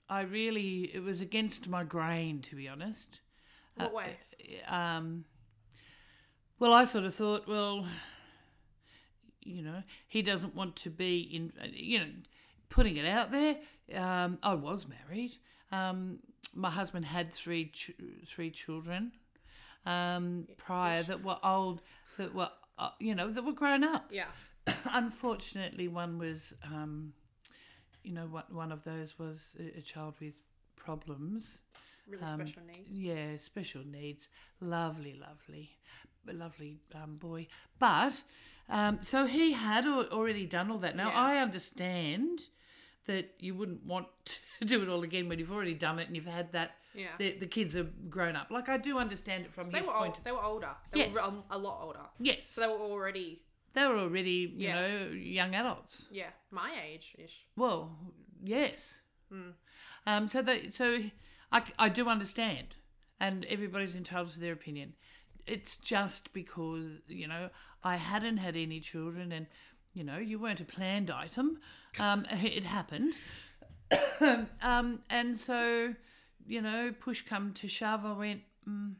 I really it was against my grain to be honest. Uh, what way Um, well, I sort of thought, well, you know, he doesn't want to be in, you know, putting it out there. Um, I was married. Um, my husband had three ch- three children um, prior that were old, that were uh, you know that were grown up yeah Unfortunately, one was, um, you know, one one of those was a, a child with problems. Really Um, special needs. Yeah, special needs. Lovely, lovely, lovely um, boy. But um, so he had al- already done all that. Now Yeah. I understand that you wouldn't want to do it all again when you've already done it and you've had that. Yeah. The, the kids are grown up. Like I do understand it from they his were point. old, they were older. They Yes. were um, a lot older. Yes, So they were already they were already you Yeah. know young adults. yeah, my age ish. Well, yes. Hmm. Um, so that so I, I do understand, and everybody's entitled to their opinion. It's just because you know I hadn't had any children, and you know you weren't a planned item. Um, it happened, um, and so you know push come to shove, I went. Mm,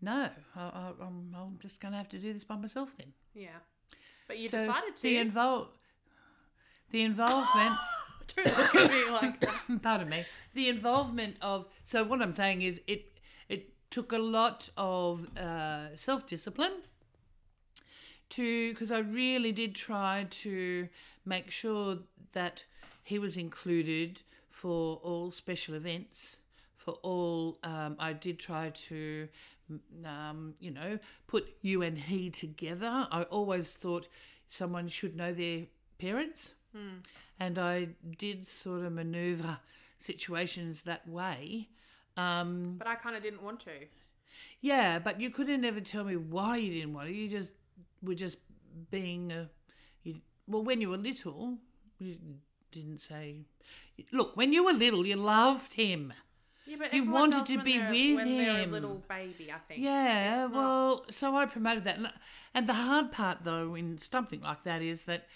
no, I, I, I'm, I'm just going to have to do this by myself then. Yeah. But you So decided to the invol- the involvement. don't look at me like that. pardon me the involvement of so what i'm saying is it it took a lot of uh, self-discipline to because i really did try to make sure that he was included for all special events for all um, i did try to m- um, you know put you and he together i always thought someone should know their parents and I did sort of maneuver situations that way. Um, But I kind of didn't want to. yeah, but you couldn't ever tell me why you didn't want it. You just were just being a. You, well, when you were little, you didn't say. Look, when you were little, you loved him. Yeah, but You everyone wanted does to when be they're- with when they're a him. little baby, I think. Yeah, It's not- well, so I promoted that. And- And the hard part, though, in something like that is that,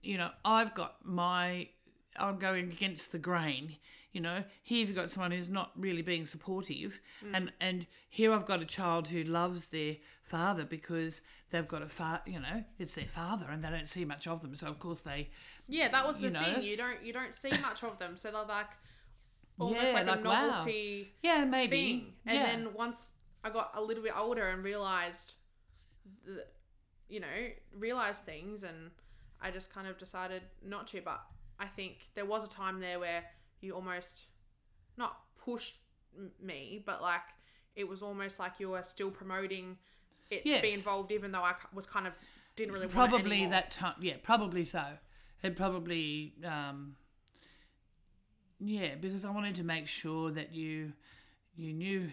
you know, I've got my, I'm going against the grain. You know, here you've got someone who's not really being supportive, Mm. and and here I've got a child who loves their father because they've got a fa- you know, it's their father, and they don't see much of them, so of course they Yeah, that was the you know. thing. You don't you don't see much of them, so they're like almost Yeah, like, like, a wow. novelty yeah maybe thing. And yeah. then once I got a little bit older and realized, the, you know, realized things, and I just kind of decided not to. But I think there was a time there where you almost not pushed m- me, but like it was almost like you were still promoting it to be Yes. involved, even though I c- was kind of didn't really want it probably anymore. that time yeah probably so it probably um yeah because i wanted to make sure that you you knew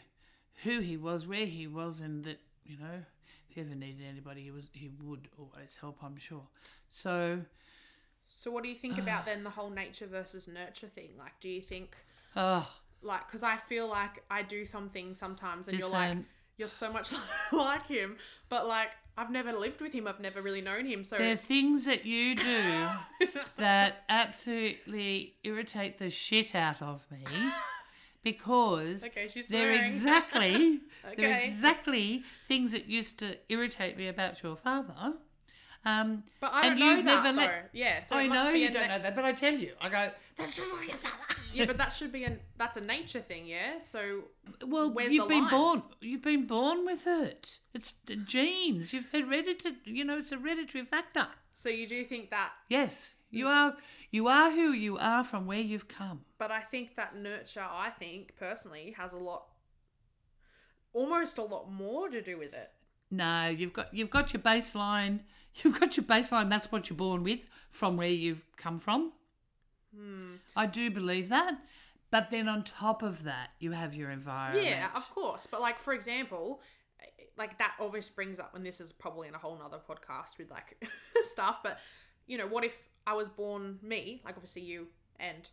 who he was where he was and that you know if you ever needed anybody he was he would always help i'm sure so So, what do you think about then the whole nature versus nurture thing? Like, do you think oh like because I feel like I do something sometimes, and you're like Listen. you're so much like him, but like I've never lived with him, I've never really known him, so there are things that you do that absolutely irritate the shit out of me because okay, she's They're swearing. exactly they're Okay. exactly things that used to irritate me about your father. Um, but I don't and know you've that never though. let- yeah, so I it must know be you a don't na- know that, but I tell you, I go. That's just like your father. yeah, but that should be an that's a nature thing, yeah. So Well, Where's you've the been line? born. You've been born with it. It's the genes. You've inherited. You know, it's a hereditary factor. so you do think that, Yes, Mm. you are. You are who you are from where you've come. but I think that nurture, I think personally, has a lot, almost a lot more to do with it. No, you've got you've got your baseline. You've got your baseline. That's what you're born with from where you've come from. Hmm. I do believe that. But then on top of that, you have your environment. Yeah, of course. But like for example, like that always brings up, and this is probably in a whole nother podcast with like stuff. But you know, what if I was born me? Like obviously you and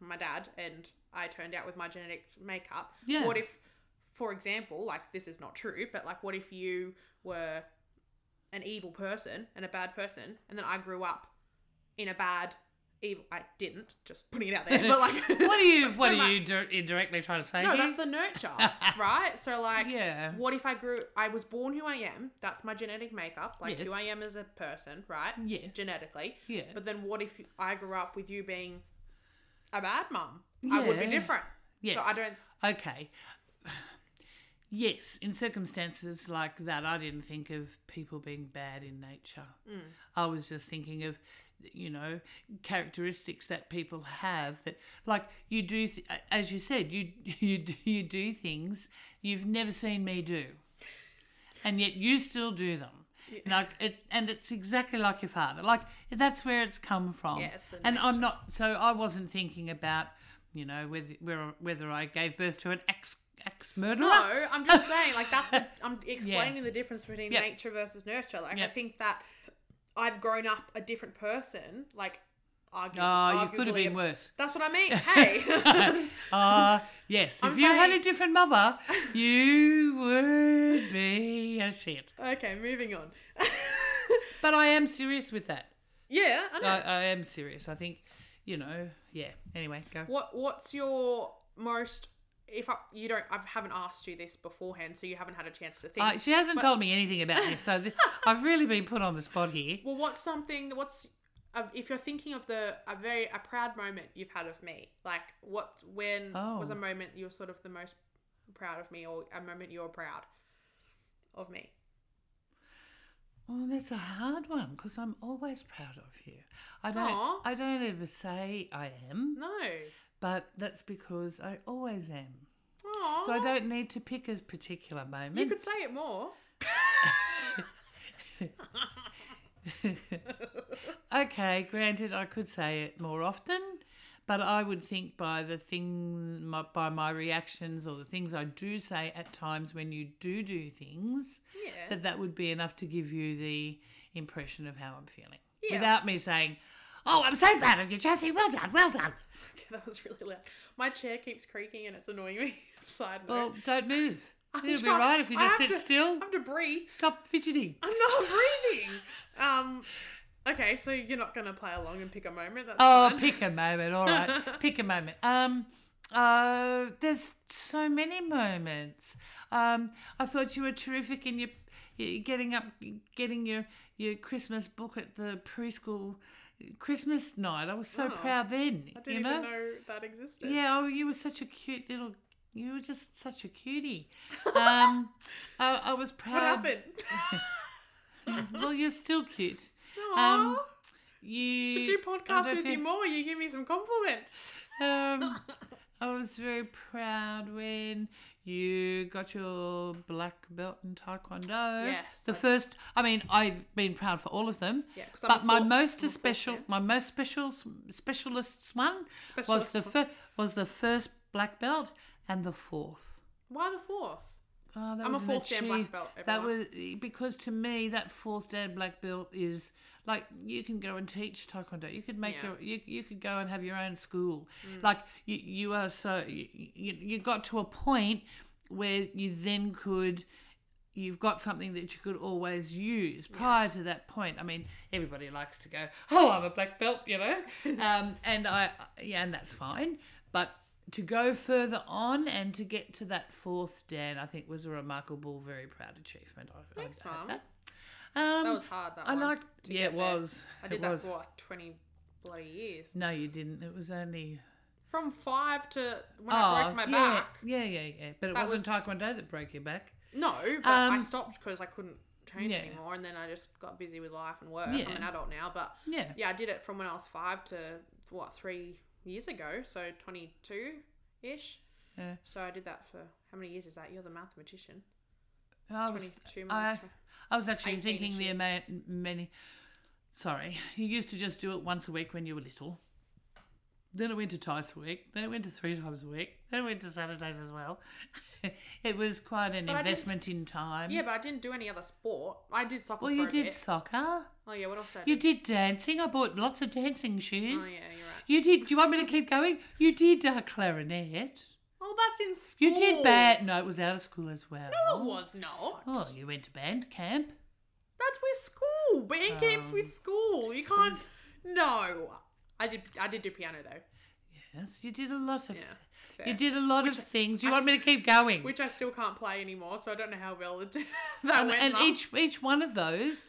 my dad, and I turned out with my genetic makeup. Yeah. What if, for example, like this is not true, but like what if you were an evil person and a bad person, and then I grew up in a bad evil. I didn't. Just putting it out there. But like, What are you What No, are mate. you dir- indirectly trying to say? No, here? that's the nurture, right? So like, Mm-hmm. Yeah. What if I grew? I was born who I am. That's my genetic makeup, like Yes. who I am as a person, right? Yes. Genetically. Yes. But then, what if I grew up with you being a bad mum? I would be Yeah. different. Yes. So I don't. Okay. Yes, in circumstances like that, I didn't think of people being bad in nature. I was just thinking of, you know, characteristics that people have that, like you do, th- as you said, you you do, you do things you've never seen me do, and yet you still do them. Like it, and it's exactly like your father. Like that's where it's come from. Yes, the and I'm not. So I wasn't thinking about, you know, whether whether- whether I gave birth to an ex ex murderer. No, I'm just saying, like that's the, I'm explaining the difference between Yeah. nature versus nurture. Like I Yeah. think that I've grown up a different person. Like argu- Oh, you arguably, could have been a- worse. That's what I mean. Hey, Ah, yes. I'm if you had a saying- different mother, you would be a shit. okay, moving on. But I am serious with that. yeah, I know. I, I am serious. I think, you know, yeah. Anyway, go. What What's your most? If I, you don't, I haven't asked you this beforehand, so you haven't had a chance to think. Uh, she hasn't But- told me anything about this, so th- I've really been put on the spot here. Well, what's something? What's uh, if you're thinking of the a very a proud moment you've had of me? Like what's when was Oh. a moment you're sort of the most proud of me, or a moment you're proud of me? Well, Oh, that's a hard one because I'm always proud of you. I don't. Aw. I don't ever say I am, No. but that's because I always am. Aww. So I don't need to pick a particular moment. Oh. You could say it more. okay, granted, I could say it more often, but I would think by the thing, my, by my reactions or the things I do say at times when you do do things, Yeah. that that would be enough to give you the impression of how I'm feeling, Yeah. without me saying, "Oh, I'm so proud of you, Josie. Well done, well done." that was really loud. My chair keeps creaking and it's annoying me. Side note. Well, don't move. I'm It'll be trying- right if you I just have sit to- I still. have to breathe. Stop fidgeting. I'm not breathing. um. Okay, so you're not gonna play along and pick a moment. That's Oh, fine. pick a moment. All right, pick a moment. Um, uh, there's so many moments. Um, I thought you were terrific in your, your getting up, getting your your Christmas book at the preschool Christmas night. I was so Oh, proud then. I didn't you know? even know that existed. Yeah, oh, you were such a cute little. You were just such a cutie. Um, I, I was proud. What happened? um, Well, you're still cute. Aw, You should do I podcasts don't with know. you more. You give me some compliments. Um, I was very proud when you got your black belt in Taekwondo. Yes, The I- first, I mean, I've been proud for all of them. Yeah, 'cause I'm a But my four- most I'm a special, fourth my most special s- specialists one Specialist was the one. fir- was the first black belt and the fourth. Why the fourth? Oh, that I'm a was an fourth dan black achieve- belt, That was because to me that fourth dan black belt is like you can go and teach taekwondo. You could make Yeah. Mm. your you, you could go and have your own school. Like you you are so you, you you got to a point where you then could you've got something that you could always use prior to that point i mean everybody likes to go oh i'm a black belt you know um, and i yeah and that's fine but to go further on and to get to that fourth dan i think was a remarkable very proud achievement I- I, Thanks, I had Mum. that. Um, That was hard. That i one. liked to yeah get it there. was I did it that was for what, twenty bloody years. no you didn't it was only Oh, From five to when I broke my yeah, back. yeah yeah yeah but it That was- wasn't taekwondo that broke your back No, but I Um, stopped because I couldn't train Yeah. anymore, and then I just got busy with life and work. Yeah. I'm an adult now, but yeah yeah, I did it from when I was five to what three years ago, so twenty two ish. yeah So I did that for how many years is that? You're the mathematician. i was Twenty two I, months. I was actually 18 thinking the issues. amount many. Sorry, you used to just do it once a week when you were little. Then it went to twice a week. Then it went to three times a week. Then it went to Saturdays as well. it was quite an But I just- investment in time. Yeah, but I didn't do any other sport. I did soccer. well, for you a did bit. soccer. Oh yeah, what else? Did I You do? did dancing. I bought lots of dancing shoes. Oh yeah, you're right. You did. Do you want me to keep going? You did uh, clarinet. Oh, that's in school. You did band. No, it was out of school as well. No, it was not. Oh, you went to band camp. That's with school. Band camps Um, with school. You can't. No, I did. I did do piano though. Yes, you did a lot of. Yeah, You fair. did a lot of things. You I want me to keep going? Which I still can't play anymore, so I don't know how well it, that and went. and last- each each one of those,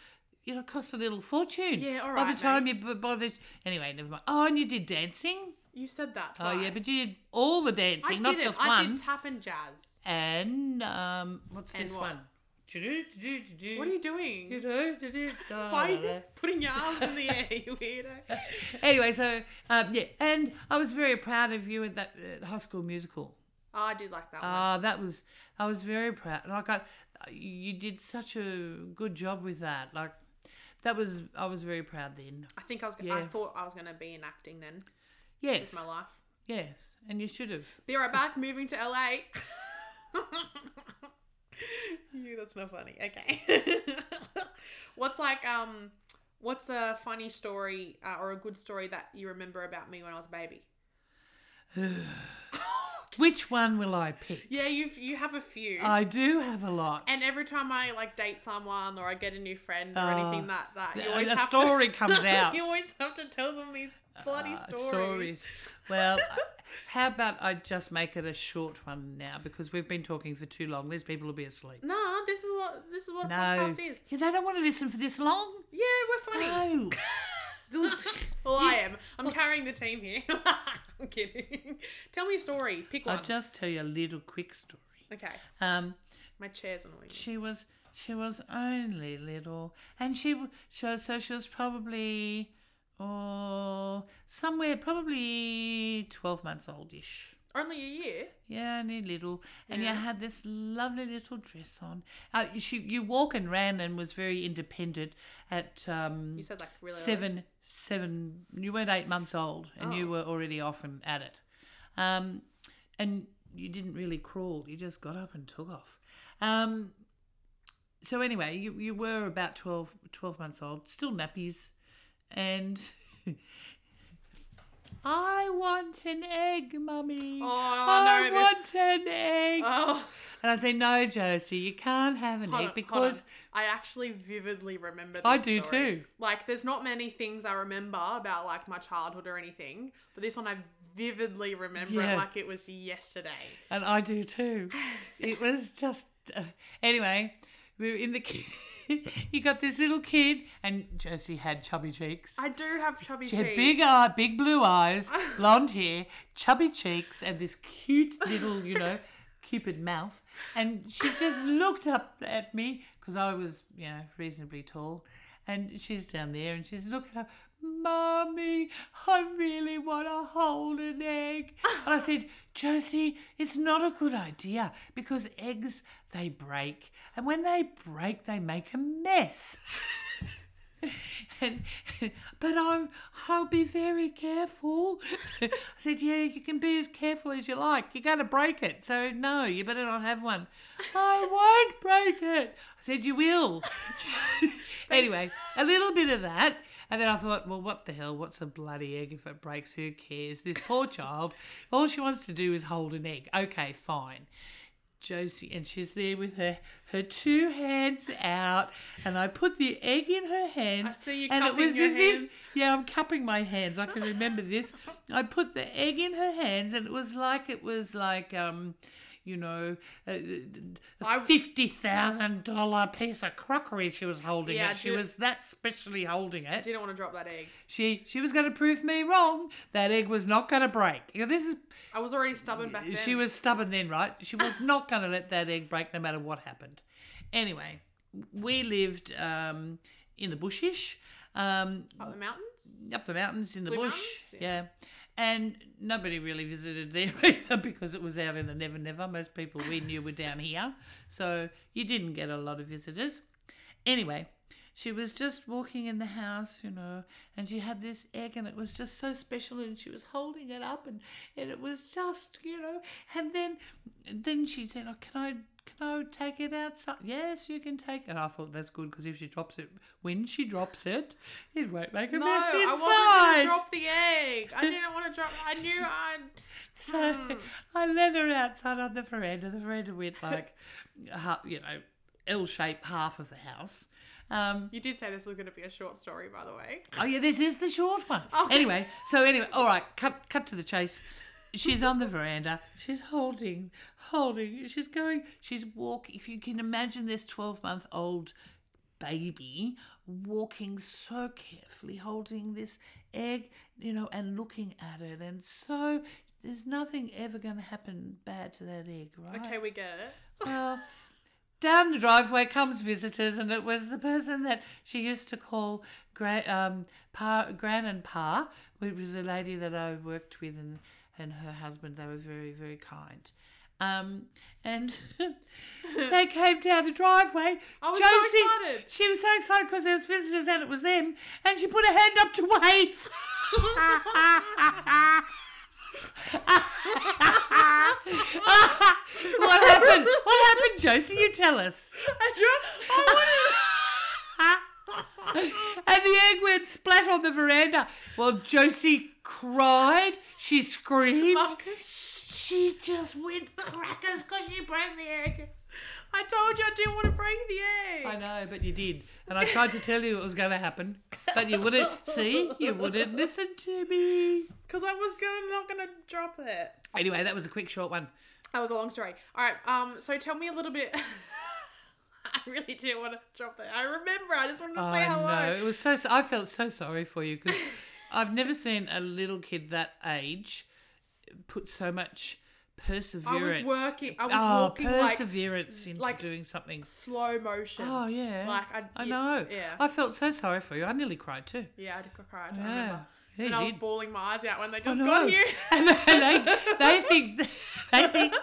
you know, cost a little fortune. Yeah, all By right, the time you you by the anyway, never mind. Oh, and you did dancing. You said that Oh twice. yeah, but you did all the I dancing, did not it. just I one. did tap and jazz. and um, what's And this what? one? Do-do, do-do, do-do. What are you doing? Do-do, do-do, Why are you da-da-da. putting your arms in the air, you weirdo? Oh, Anyway, so um, yeah, and I was very proud of you at that uh, High School Musical. Oh, I did like that one. Ah, that was I was very proud. Like I, you did such a good job with that. Like that was I was very proud then. I think I was. I yeah. thought I was going to be in acting then. Yes, My life. yes, and you should have. Be right back. Moving to LA. you. That's not funny. Okay. what's like um, what's a funny story uh, or a good story that you remember about me when I was a baby? Which one will I pick? Yeah, you have you have a few. I do have a lot. and every time I like date someone or I get a new friend or Oh. anything that that you Uh, always a have story to, comes out. you always have to tell them these bloody Ah, stories. Well, I- how about I just make it a short one now because we've been talking for too long. These people will be asleep. Nah, this is what this is what a No, podcast is. Yeah, they don't want to listen for this long. Yeah, we're funny. No. Well, I am. I'm carrying the team here. I'm kidding. Tell me a story. Pick one. I'll just tell you a little quick story. okay. Um, My chair's annoying. me. she was she was only little, and she w- so so she was probably oh somewhere probably twelve months oldish. Only a year. Yeah, only little, and Yeah. you had this lovely little dress on. Uh, she you walk and ran and was very independent at um You said like really early. seven seven you weren't eight months old and you Oh. were already off and at it um and you didn't really crawl you just got up and took off um so anyway you, you were about 12 12 months old still nappies and I want an egg, mummy. Oh, I no, this- want an egg. Oh, And I say, no, Josie, you can't have an hold on, egg hold because on. I actually vividly remember. This I do story. too. Like, there's not many things I remember about like my childhood or anything, but this one I vividly remember Yeah. it like it was yesterday. And I do too. It was just. Uh, anyway, we were in the. ki- you got this little kid, and Josie had chubby cheeks. I do have chubby She had cheeks. big eye, big blue eyes, blonde hair, chubby cheeks, and this cute little, you know, cupid mouth. And she just looked up at me because I was, you know, reasonably tall. And she's down there, and she's looking up. Mommy, I really want to hold an egg. And I said, Josie, it's not a good idea because eggs, they break. And when they break, they make a mess and but I'm I'll be very careful. I said, Yeah, you can be as careful as you like. You're gonna break it. So no, you better not have one. I won't break it. I said, You will. anyway, a little bit of that. And then I thought, well, what the hell? What's a bloody egg if it breaks? Who cares? This poor child, all she wants to do is hold an egg. Okay, fine. Josie, and she's there with her her two hands out, and I put the egg in her hands. I see you and cupping your hands. if yeah, I'm cupping my hands. I can remember this. I put the egg in her hands, and it was like it was like um, you know, a I- a fifty thousand dollar piece of crockery she was holding. Yeah, it. she do- was that specially holding it. Didn't want to drop that egg. she she was going to prove me wrong. That egg was not going to break. You know, this is I was already stubborn back then. she was stubborn then, right? She was not going to let that egg break no matter what happened. Anyway, we lived um, in the bushish, um, up the mountains. up the mountains in the Blue bush. Mountains? Yeah. And nobody really visited there either because it was out in the Never Never. Most people we knew were down here. So you didn't get a lot of visitors. Anyway, she was just walking in the house, you know, and she had this egg and it was just so special and she was holding it up and, and it was just, you know, and then then she said, oh, can I can I take it outside? Yes, you can take it. And I thought that's good because if she drops it, when she drops it, it won't make a No, mess inside. I wasn't gonna drop the egg. I didn't want to drop. I knew I'd. So I led her outside on the veranda. The veranda went like, ha- you know, L shaped half of the house. Um, You did say this was going to be a short story, by the way. oh yeah, this is the short one. Anyway, so anyway, all right, cut cut to the chase. She's on the veranda. She's holding, holding. She's going. She's walk. If you can imagine this twelve month old baby walking so carefully, holding this egg, you know, and looking at it. And so there's nothing ever going to happen bad to that egg, right? Okay, we get it. Well, down the driveway comes visitors, and it was the person that she used to call Gra- um, pa, Gran and Pa, which was a lady that I worked with, and, and her husband. They were very, very kind. Um, and they came down the driveway. I was so excited. She was so excited because there was visitors and it was them, and she put her hand up to wave. what happened? What happened, Josie? You tell us. I dro- I wanted- and the egg went splat on the veranda. Well, Josie cried. She screamed. Marcus, She just went crackers because she broke the egg. I told you I didn't want to break the egg. I know, but you did. And I tried to tell you it was going to happen. But you wouldn't, see, you wouldn't listen to me. Because I was gonna not gonna drop it. Anyway, that was a quick, short one. That was a long story. All right. Um. So tell me a little bit. I really didn't want to drop that. I remember. I just wanted to say I know. hello. It was so. so- I felt so sorry for you because I've never seen a little kid that age put so much perseverance. working- I was oh, walking, like- perseverance into like- doing something. Slow motion. Oh yeah. Like, I- I y- know. yeah. I felt so sorry for you. I nearly cried too. Yeah, I did cry. I Yeah. remember. Yeah, and you I was did. bawling my eyes out when they just know. got here. and they, they think they think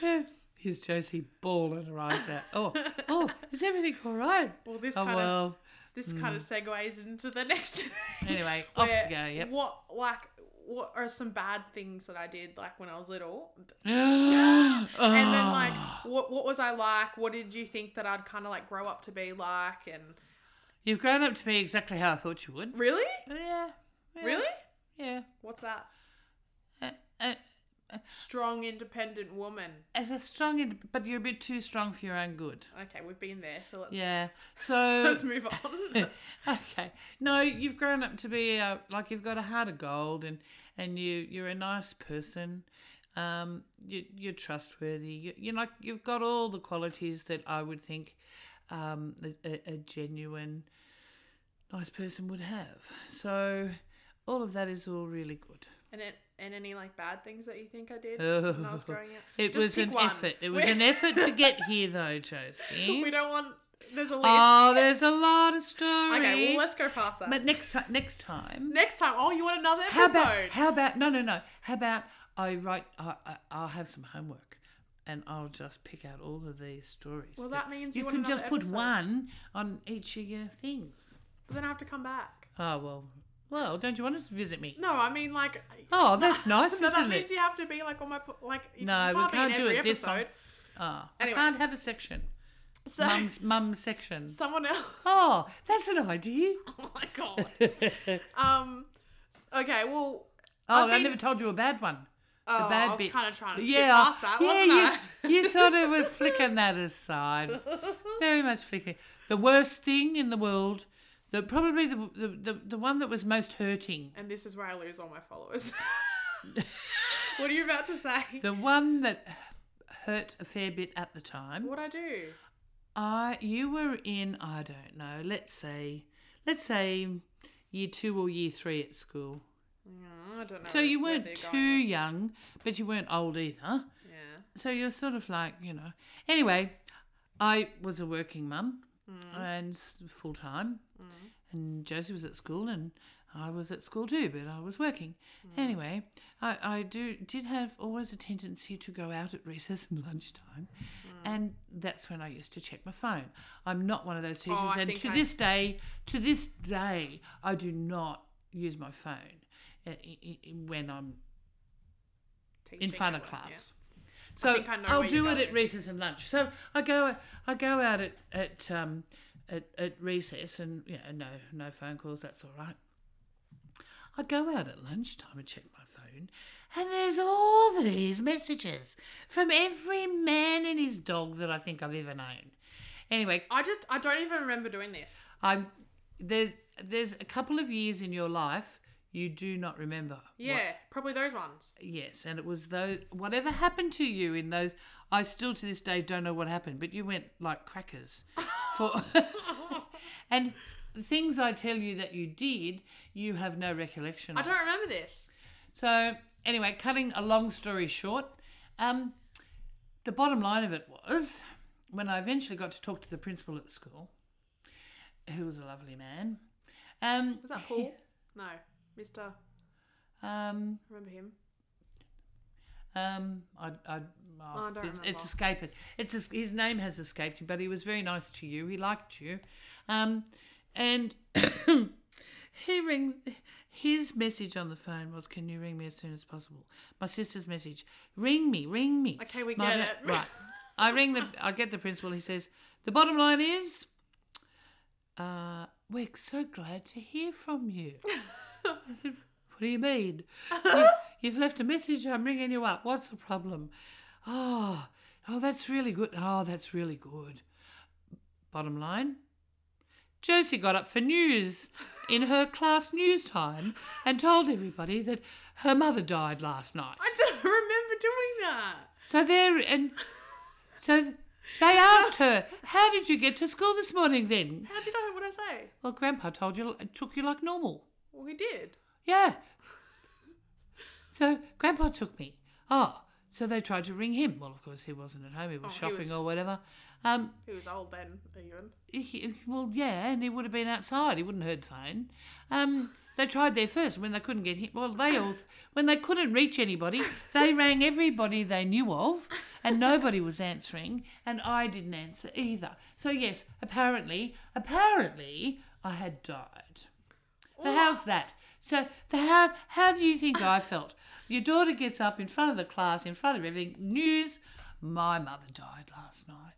yeah, here's Josie bawling her eyes out. Oh, oh, is everything all right? well, this Oh kind of well. this kind of segues into the next. Anyway, Hmm. off where you go. Yep. What like what are some bad things that I did like when I was little? Oh. And then like what what was I like? What did you think that I'd kind of like grow up to be like? And You've grown up to be exactly how I thought you would. really, Yeah. yeah, Oh, really, Yeah. what's that? Uh, uh, Strong, independent woman. as a strong, ind- but you're a bit too strong for your own good. Okay, we've been there, so let's Yeah. So. let's move on. okay. No, you've grown up to be uh like you've got a heart of gold, and and you you're a nice person. Um, you you're trustworthy. You, you're like you've got all the qualities that I would think, um, a, a, a genuine, nice person would have. So, all of that is all really good. and it, and any like bad things that you think I did Oh, when I was growing up? It Just was pick an one. effort. It was an effort to get here, though, Josie. We don't want. There's a list. Oh, there's a lot of stories. okay, well let's go past that. But next time, next time. Next time, oh, you want another How episode? about? How about? No, no, no. How about I write? I, I, I'll have some homework, and I'll just pick out all of these stories. Well, that means you you want can just another put episode. one on each of your things. But then I have to come back. Oh well, well. Don't you want to visit me? No, I mean like. Oh, that's nice, No, that isn't means it? you have to be like on my po- like. You No, we can't be in can't do every it this episode. Ah, Anyway. I can't have a section. So Mum's mum section. someone else. Oh, that's an idea. Oh my god. oh, Um. Okay. Well. i been- never told you a bad one. Oh, bad I was bit. kind of trying to skip yeah, past that, yeah, wasn't you, you sort of were flicking that aside. Very much flicking. The worst thing in the world, the probably the the, the, the one that was most hurting, I? And this is where I lose all my followers. what are you about to say? the one that hurt a fair bit at the time. What I do? I you were in I don't know. Let's say, let's say, year two or year three at school. Mm, I don't know. So you where weren't they're too going. young, but you weren't old either. Yeah. So you're sort of like, you know. Anyway, I was a working mum Mm. and full time, and Josie was at school, and I was at school too, but I was working. Mm. Anyway, I, I do did have always a tendency to go out at recess and lunchtime, Mm. and that's when I used to check my phone. I'm not one of those teachers, Oh, I and think to I- this day, to this day, I do not use my phone uh, i- i- i- when I'm in Teaching, front I of wouldn't, yeah. class. So think I know I where will you're do it at going. recess and lunch. So I go I go out at at um, at, at recess and you know, no no phone calls. That's all right. I go out at lunchtime and check my phone, and there's all these messages from every man and his dog that I think I've ever known. Anyway, I just I don't even remember doing this. I'm there. There's a couple of years in your life you do not remember. what Yeah, probably those ones. Yes, and it was those whatever happened to you in those. I still to this day don't know what happened, but you went like crackers. For and the things I tell you that you did, you have no recollection I of. don't remember this. So anyway, cutting a long story short, um, the bottom line of it was when I eventually got to talk to the principal at the school, who was a lovely man. Um, Was that Paul? No, Mister. I Um, remember him. um, I, I, oh, I don't it's, it's remember. escaped. It's es- his name has escaped you, but he was very nice to you. He liked you, um, and he rings. His message on the phone was, "Can you ring me as soon as possible?" My sister's message, "Ring me, ring me." Okay, we My get it. ba- Right. I ring the. I get the principal. He says, "The bottom line is, uh, we're so glad to hear from you." I said, "What do you mean? You've, you've left a message. I'm ringing you up. What's the problem?" Oh, oh, that's really good. Oh, that's really good. Bottom line. Josie got up for news in her class news time and told everybody that her mother died last night. I don't remember doing that. So there, and so they asked her, "How did you get to school this morning?" Then, How did I? What did I say? well, Grandpa told you it took you like normal. Well, he did. Yeah. So Grandpa took me. Oh, so they tried to ring him. Well, of course he wasn't at home. He was Oh, he shopping was- or whatever. Um, He was old then, even. he- well, yeah, and he would have been outside. He wouldn't have heard the phone. Um, they tried there first when they couldn't get him. Well, they all when they couldn't reach anybody, they rang everybody they knew of, and nobody was answering, and I didn't answer either. So yes, apparently, apparently, I had died. Now, how's that? So the, how how do you think I felt? Your daughter gets up in front of the class, in front of everything. News: My mother died last night.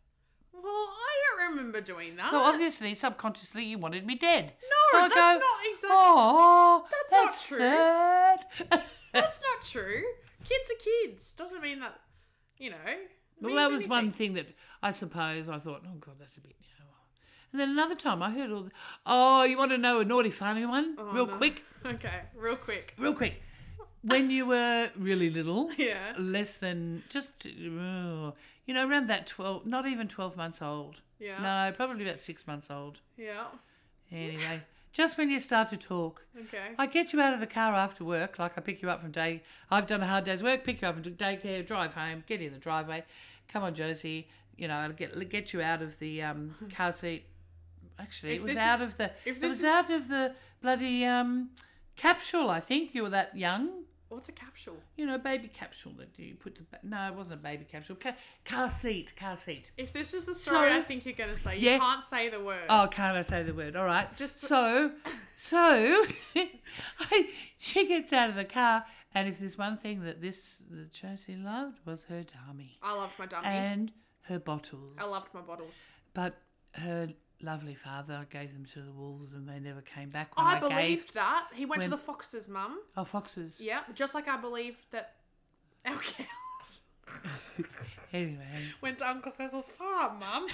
Well, I don't remember doing that. So obviously, subconsciously, you wanted me dead. Ah. No, So I that's go, not exact- Oh, That's that's, not true." sad." That's not true. Kids are kids. Doesn't mean that, you know. it well, means that was one anything. thing that I suppose I thought, oh god, that's a bit. You know. And then another time, I heard all. The, oh, you want to know a naughty, funny one? Oh, real no. quick, Okay, real quick. real quick. When you were really little, Yeah. less than just, uh, you know, around that twelve, not even twelve months old. Yeah. No, probably about six months old. Yeah. Anyway, just when you start to talk, Okay. I get you out of the car after work, like I pick you up from day. I've done a hard day's work, pick you up from daycare, drive home, get in the driveway. Come on, Josie. You know, I'll get get you out of the um, car seat. Actually, If it was this out is- of the. if It this was is- out of the bloody um, capsule. I think you were that young. What's a capsule? You know, baby capsule that you put the. ba- No, it wasn't a baby capsule. Car, car seat, car seat. If this is the story So- I think you're going to say, you Yeah. can't say the word. Oh, can't I say the word? All right. Just- Just so, so, I, she gets out of the car, and if there's one thing that this that Josie loved was her dummy I loved my dummy. and her bottles. Oh, I loved my bottles. but her lovely father gave them to the wolves, and they never came back. When I, I, believed gave that. He went to when- the fox's mum. oh foxes. Yeah, just like I believed that our cows Anyway, went to Uncle Cecil's farm, mum.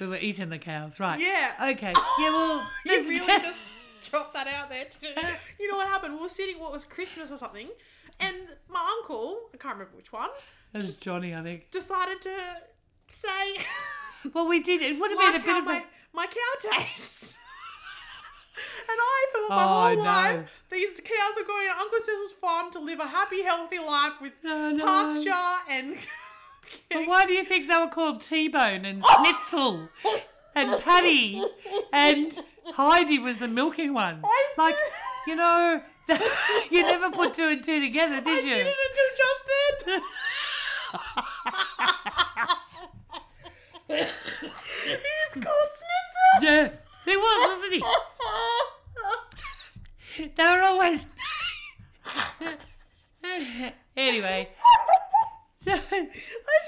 we were eating the cows, right? Yeah. Okay. Yeah. Well, You that's- really just chop that out there too. You know what happened? We were sitting, what was Christmas or something, and my uncle, I can't remember which one, that was Johnny, I think. decided to say, Well, we did. It would have like been a bit how of my, a. my cow tastes. and I thought my Oh, whole no. life these cows were going to Uncle Cecil's farm to live a happy, healthy life with No, no. pasture and. But why do you think they were called T-Bone and Schnitzel and Paddy and Heidi was the milking one? I used Like, to- you know, you never put two and two together, did I you? did it until just then. he was called Snitzel. Yeah, he was, wasn't he? They were always. anyway, so,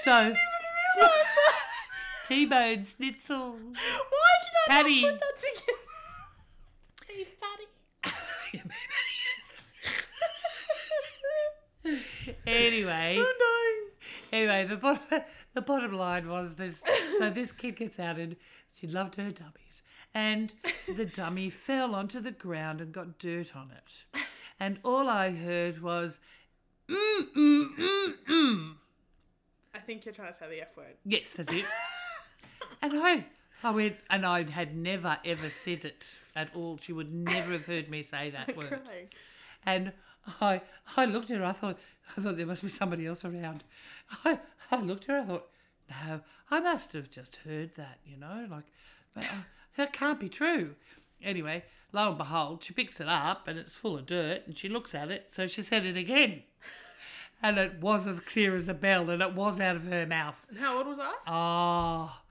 so T-Bone Schnitzel. Why did I Patty. not put that together? Hey, Patty. Anyway. I'm dying. Anyway, the bottom the bottom line was this. So this kid gets outed. She loved her dummies, and the dummy fell onto the ground and got dirt on it. And all I heard was, mm mm mm mm. I think you're trying to say the F word. Yes, that's it. And I I went, and I had never ever said it at all. She would never have heard me say that word. Crying. And I, I looked at her. I thought, I thought there must be somebody else around. I, I looked at her. I thought, no, I must have just heard that. You know, like but I- that can't be true. Anyway, lo and behold, she picks it up and it's full of dirt. And she looks at it. So she said it again. And it was as clear as a bell, and it was out of her mouth. And How old was I? Oh. Ah,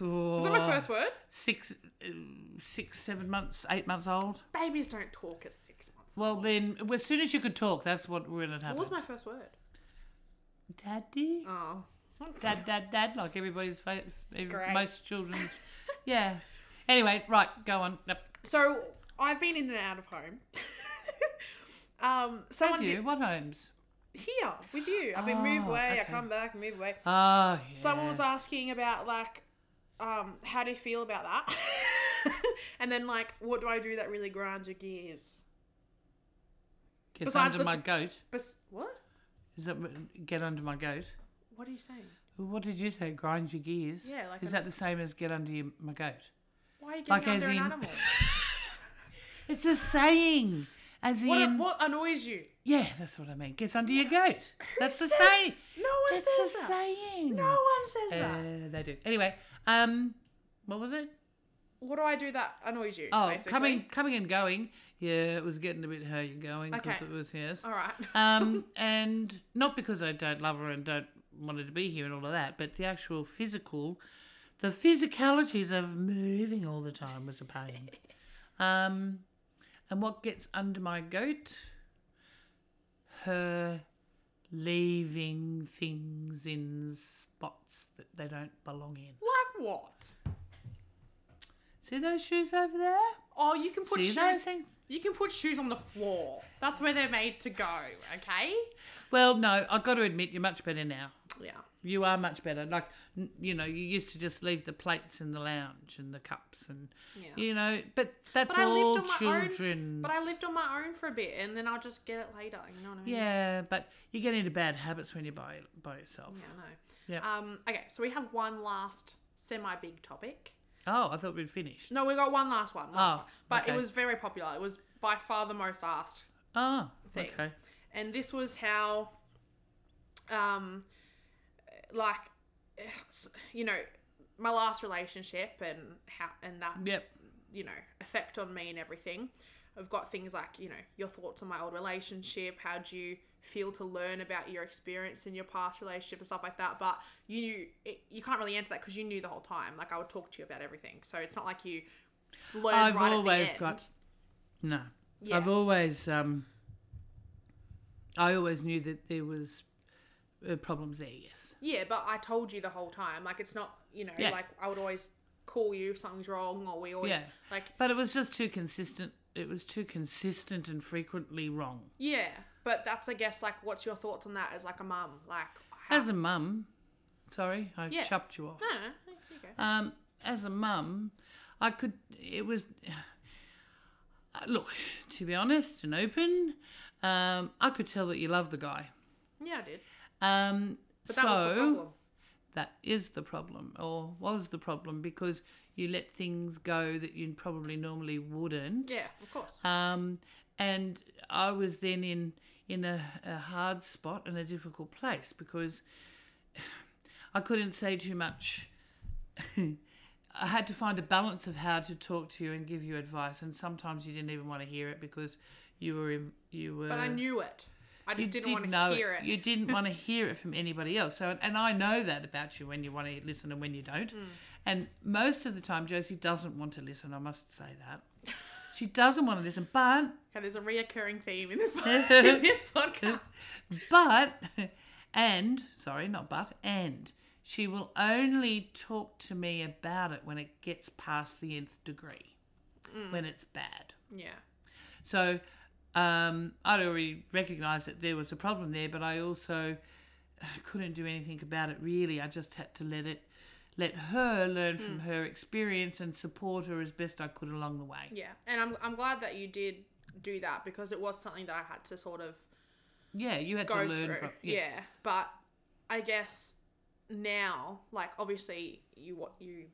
Was that my first word? six, um, six, seven months, eight months old. Babies don't talk at six months. Well, then, as soon as you could talk, that's what when it What happened. was my first word? daddy? Oh. Dad, dad, dad, like everybody's, fa- ev- Great. most children's. yeah. Anyway, right, go on. Yep. So I've been in and out of home. um, someone Have you? did What homes? here with you. I mean, Oh, move away. I okay. come back, move away. Ah, yes. Someone was asking about like, um, how do you feel about that? and then like, what do I do that really grinds your gears? Get besides under the my t- goat. Bes- what? Is that what- get under my goat? What are you saying? What did you say? Grind your gears. Yeah, like is an- that the same as get under your, my goat? Why are you Like getting under as an in- animal? It's a saying. As what, in, what annoys you? yeah, that's what I mean. Gets under your goat. That's the says- saying. No one That's says a that. saying. No one says that. Uh, they do. Anyway, um, what was it? What do I do that annoys you? Oh, basically? coming, coming and going. Yeah, it was getting a bit how you going because Okay. it was yes. All right. Um, and not because I don't love her and don't want her to be here and all of that, but the actual physical, the physicalities of moving all the time was a pain. Um, and what gets under my goat? Her leaving things in spots that they don't belong in. like what? See those shoes over there? Oh, you can put See those shoes. things? You can put shoes on the floor. That's where they're made to go. Okay. Well, no, I've got to admit, you're much better now. Yeah. You are much better. Like, n- you know, you used to just leave the plates in the lounge and the cups and, Yeah. you know, but that's But I lived all on my own- children's. But I lived on my own for a bit, and then I'll just get it later. You know what I mean? Yeah, but you get into bad habits when you're by, by yourself. Yeah. No. Yeah. Um. Okay. So we have one last semi-big topic. Oh, I thought we'd finished. No, we got one last one. one Oh, last one. But okay. it was very popular. It was by far the most asked, Oh, Thing. okay. and this was how, um, like, s- you know, my last relationship and how and that Yep. you know effect on me and everything i've got things like you know your thoughts on my old relationship how do you feel to learn about your experience in your past relationship and stuff like that but you knew it, you can't really answer that because you knew the whole time like i would talk to you about everything so it's not like you learned I've right always at the end. got- No. Yeah. I've always, um, I always knew that there was uh, problems there, yes. yeah but i told you the whole time like it's not you know Yeah. like i would always call you if something's wrong or we always Yeah. like But it was just too consistent. It was too consistent and frequently wrong. yeah but that's i guess like what's your thoughts on that as like a mum like how, As a mum, sorry, I Yeah. chopped you off. no, no, no, you go. Um, as a mum, I could. It was. Uh, Look, to be honest and open, um, I could tell that you love the guy. yeah i did Um, but so that was the problem that is the problem, or was the problem, because you let things go that you probably normally wouldn't. Yeah, of course. um, and I was then in in a, a hard spot and a difficult place because I couldn't say too much. I had to find a balance of how to talk to you and give you advice, and sometimes you didn't even want to hear it because you were in, you were. But I knew it. I you just didn't want know to hear it. You didn't want to hear it from anybody else. So, and I know that about you when you want to listen and when you don't. Mm. And most of the time, Josie doesn't want to listen. I must say that she doesn't want to listen, but Okay, there's a reoccurring theme in this in this podcast. but and sorry not but and she will only talk to me about it when it gets past the nth degree Mm. when it's bad Yeah. so um, i'd already recognised that there was a problem there but i also uh, couldn't do anything about it really i just had to let it let her learn Mm. from her experience and support her as best i could along the way Yeah. And I'm I'm glad that you did do that because it was something that I had to sort of yeah you had go to learn through. from yeah. But I guess now, like obviously you what you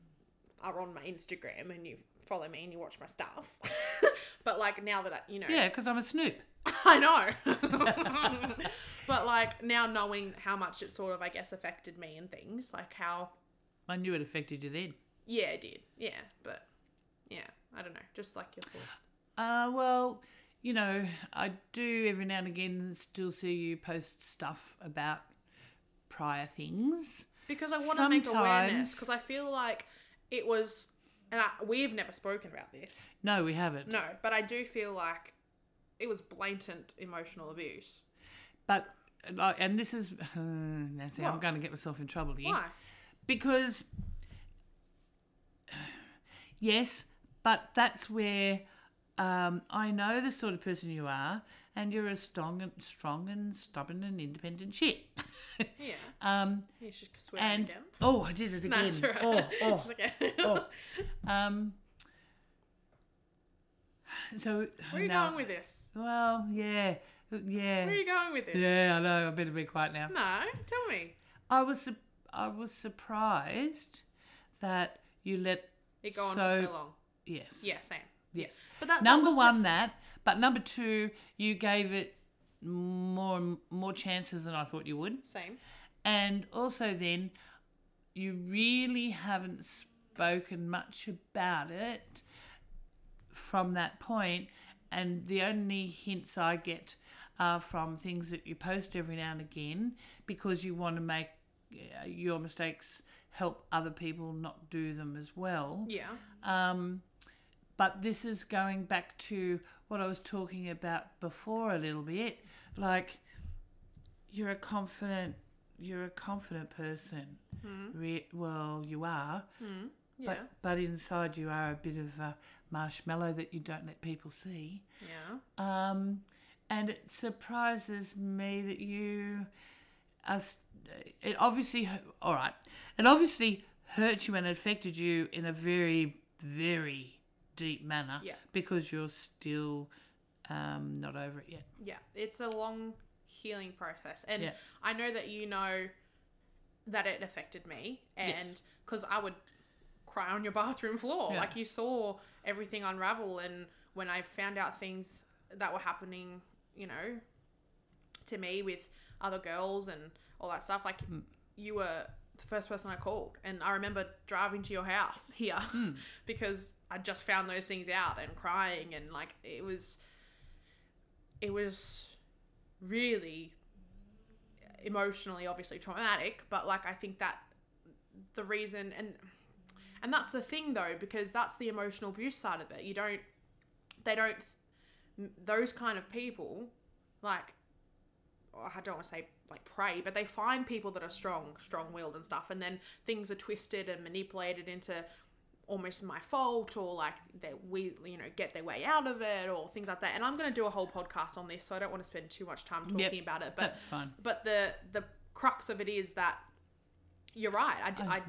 are on my Instagram and you follow me and you watch my stuff. but like now that I, you know, Yeah, because I'm a snoop. I know. but like now knowing how much it sort of, I guess, affected me and things, like how, I knew it affected you then. yeah, it did. Yeah. But yeah, I don't know. Just like your thought. Uh, well, you know, I do every now and again still see you post stuff about prior things. Because I want to make awareness. Sometimes- Because I feel like it was, and I, we've never spoken about this. No, we haven't. No, but I do feel like it was blatant emotional abuse. But, uh, and this is, uh, Nancy, I'm What? going to get myself in trouble here. Why? because yes but that's where um, i know the sort of person you are and you're a strong and strong and stubborn and independent shit Yeah. um, You should swear and again. oh i did it again No, it's all right. oh, oh, It's okay. oh. Um, so Where are you now- going with this? well yeah yeah Where are you going with this? yeah i know i better be quiet now No, tell me. i was su- i was surprised that you let It go on for So- so long. yes Yeah, same. yes But that, that number was the- one that but number two you gave it more more chances than i thought you would same. and also then you really haven't spoken much about it from that point and the only hints i get are from things that you post every now and again because you want to make uh, your mistakes help other people not do them as well Yeah. um, but this is going back to what I was talking about before a little bit. Like, you're a confident, you're a confident person. Re- well, you are, Yeah. but but inside you are a bit of a marshmallow that you don't let people see. yeah. Um, and it surprises me that you are. s- It obviously, all right. It obviously hurt you and affected you in a very, very deep manner. Yeah. Because you're still um, not over it yet. Yeah, it's a long healing process. And Yeah. I know that you know that it affected me. And Yes. because I would cry on your bathroom floor. Yeah. Like you saw everything unravel. And when I found out things that were happening, you know, to me with other girls and all that stuff, like you were the first person I called. And I remember driving to your house here because I just found those things out and crying. And like it was it was really emotionally obviously traumatic but like i think that the reason and and that's the thing though because that's the emotional abuse side of it you don't they don't those kind of people like oh, i don't want to say like prey but they find people that are strong strong-willed and stuff and then things are twisted and manipulated into almost my fault or like that we you know get their way out of it or things like that and i'm going to do a whole podcast on this so i don't want to spend too much time talking Yep. about it but That's fine. but the the crux of it is that you're right. I, d- I,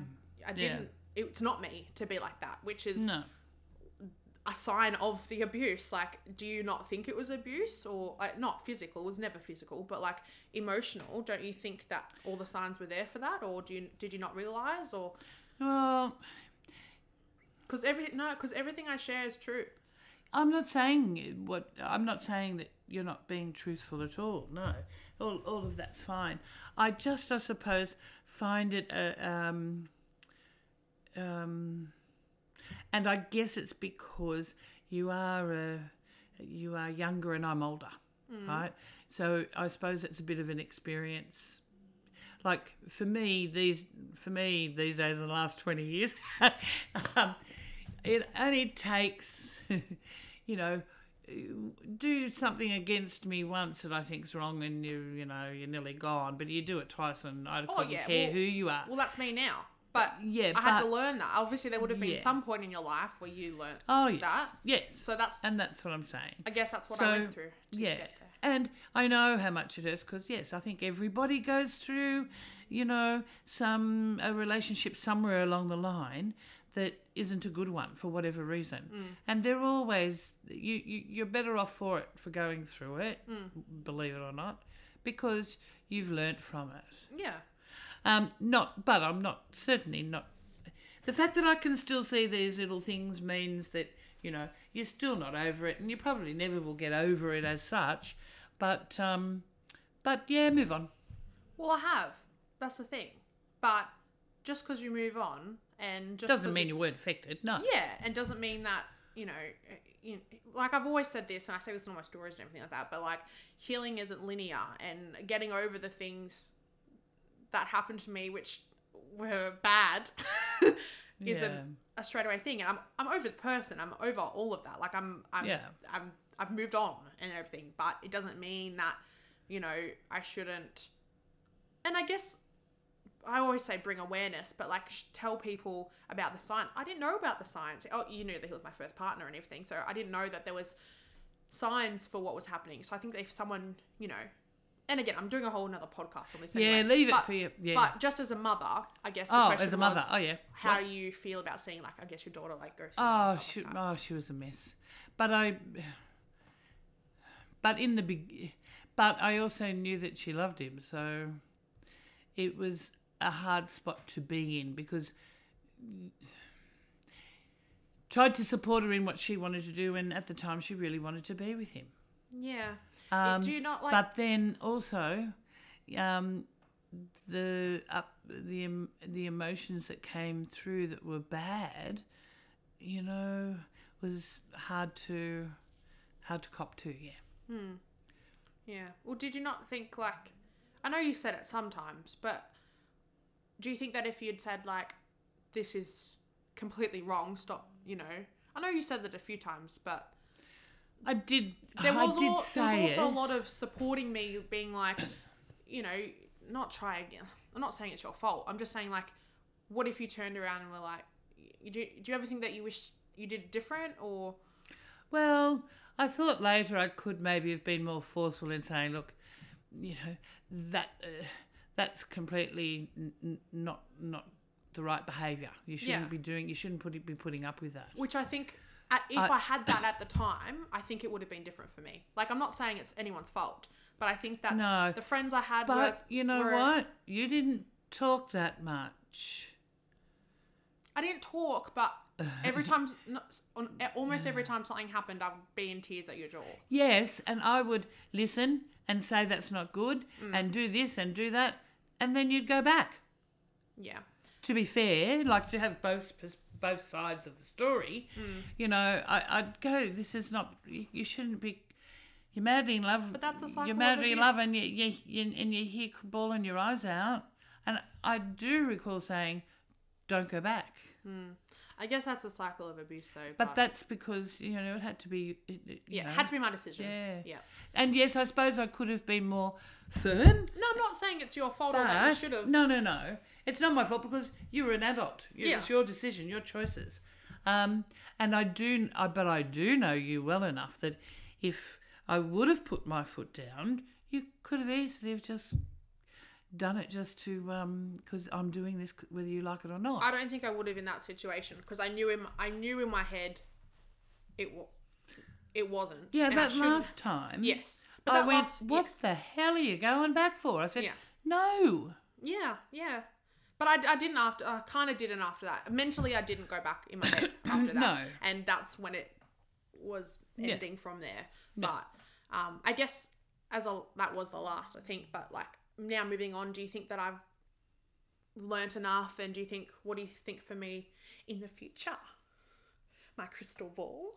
I didn't. It's not me to be like that, which is No. a sign of the abuse. Like, do you not think it was abuse or like, not physical? It was never physical, but like emotional. Don't you think that all the signs were there for that, or do you did you not realize or Well, because every no because everything I share is true. I'm not saying what I'm not saying that you're not being truthful at all. No, all all of that's fine. I just, I suppose, find it a, um, um, and I guess it's because you are a, you are younger and I'm older, Mm. right? So I suppose it's a bit of an experience. Like for me, these for me these days in the last twenty years, um, it only takes, you know, do something against me once that I think's wrong, and you you know you're nearly gone. But you do it twice, and I couldn't Oh, yeah, care well- who you are. Well, that's me now. But Uh, yeah, I had but, to learn that. Obviously, there would have been Yeah. some point in your life where you learned oh yes, that. yes, So that's and that's what I'm saying. I guess that's what So, I went through. To yeah Get there. and i know how much it is because yes i think everybody goes through you know some a relationship somewhere along the line that isn't a good one for whatever reason Mm. and they're always you, you you're better off for it for going through it Mm. believe it or not because you've learnt from it Yeah. um, not, but I'm not certainly not. the fact that I can still see these little things means that, you know, you're still not over it and you probably never will get over it as such. But, um, but yeah, move on. Well, I have. That's the thing. But just because you move on and just Doesn't 'cause mean you- you weren't affected, no. yeah, and doesn't mean that you know, eh, you, like I've always said this, and I say this in all my stories and everything like that. But like healing isn't linear, and getting over the things that happened to me, which were bad, isn't Yeah. a straight away thing. And I'm I'm over the person. I'm over all of that. Like I'm I'm Yeah. I'm I've moved on and everything, but it doesn't mean that you know I shouldn't. And I guess I always say bring awareness, but like sh- tell people about the science. I didn't know about the science. Oh, you knew that he was my first partner and everything, so I didn't know that there was signs for what was happening. So I think that if someone, you know, and again, I'm doing a whole another podcast on this. Yeah, Anyway, leave it but, for you. Yeah. But just as a mother, I guess. The Oh, question as a mother. was Oh, yeah. How What? do you feel about seeing like I guess your daughter like go through? that Oh, and stuff she, like that? oh, she was a mess. But I, but in the big, but I also knew that she loved him, so it was a hard spot to be in because tried to support her in what she wanted to do, and at the time she really wanted to be with him. Yeah. Um, do you not like? but then also, um, the up the em- the emotions that came through that were bad, you know, was hard to hard to cop to. Yeah, yeah. Well, did you not think like? I know you said it sometimes, but do you think that if you'd said like, this is completely wrong, stop, you know? I know you said that a few times, but I did. there I was, did al- say there was also it. a lot of supporting me being like you know not try again i'm not saying it's your fault i'm just saying like what if you turned around and were like you do, do you ever think that you wish you did different or Well, I thought later I could maybe have been more forceful in saying, look, you know, that uh, that's completely n- n- not not the right behaviour. You shouldn't Yeah. be doing. You shouldn't put be putting up with that. which i think at, if I- i had that at the time i think it would have been different for me like i'm not saying it's anyone's fault but i think that No. the friends i had But were, you know were- what? You didn't talk that much. i didn't talk but every time not- on, e, almost every time something happened i would be in tears at your door Yes, and I would listen and say that's not good and do this and do that, and then you'd go back. yeah To be fair, like to have both pers- both sides of the story, you know, I, I'd go. This is not. You, you shouldn't be. You're madly in love. But that's the cycle You're of madly in abuse. love, and you, you, you and you hear bawling your eyes out. And I do recall saying, "Don't go back." I guess that's the cycle of abuse, though. But, But that's because you know it had to be. It, it- you Um, yeah, it know. had to be my decision. Yeah. yeah. And yes, I suppose I could have been more firm. No, I'm not saying it's your fault or that you But should have. no, no, no. It's not my fault because you were an adult. You, Yeah. It's your decision, your choices. Um, and I do, I, but I do know you well enough that if I would have put my foot down, you could have easily have just done it just to because I'm doing this c- whether you like it or not. I don't think I would have in that situation because I knew him. I knew in my head, it wa- it wasn't. yeah, and I that shouldn't- last time. Yes, I that went, last- what the hell are you going back for? I said, Yeah. no. Yeah, yeah. But I, I didn't after. I kind of didn't after that. Mentally, I didn't go back in my head after that. No. And that's when it was ending from there. But um, I guess as a that was the last, I think. But like now moving on, do you think that I've learnt enough? And do you think what do you think for me in the future? My crystal ball.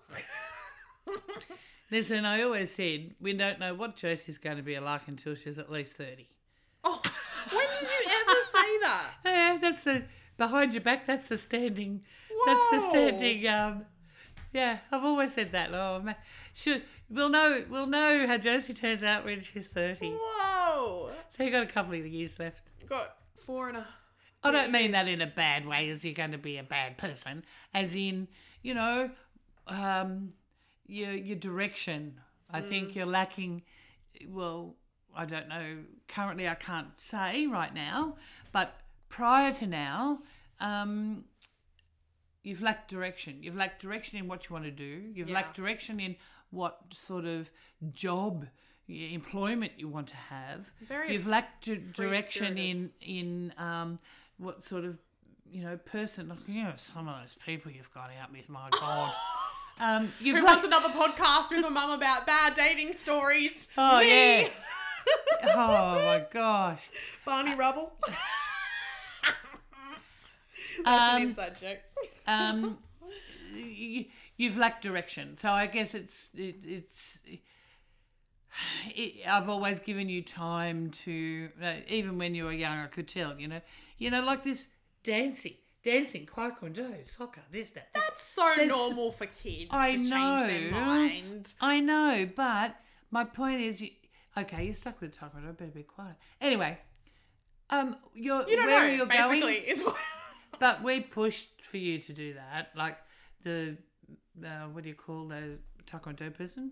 Listen, I always said we don't know what Josie's going to be like until she's at least 30. oh, when did you ever say that? Yeah, that's the behind your back, that's the standing. That's the Whoa. standing. Um, yeah, I've always said that. Oh, ma she, we'll know we'll know how Josie turns out when she's 30. Whoa, So you've got a couple of years left. got four and a. I don't mean that in a bad way, as you're going to be a bad person, as in, you know, um, your, your direction. I Mm. think you're lacking, well, I don't know, currently I can't say right now, but prior to now, um, you've lacked direction. You've lacked direction in what you want to do, you've Yeah. lacked direction in what sort of job. y- Employment you want to have, Very you've lacked d- direction free-spirited. in in um, what sort of you know, person. Look, you know, some of those people you've gone out with, my God. Um, you've Who wants another podcast with my mum about bad dating stories? Oh, Me, yeah. oh, my gosh. Barney Rubble. That's an Um, inside joke. um, y- you've lacked direction. So I guess it's it, it's. It, I've always given you time to, uh, even when you were young, I could tell. You know, you know, like this dancing, dancing, taekwondo, soccer, this, that. This. That's so there's- normal for kids I to change their know. mind. I know, but my point is, you, okay, you're stuck with taekwondo. Better be quiet. Anyway, um, you're You don't where know. you're basically, going. is what. But we pushed for you to do that, like the uh, what do you call the taekwondo person?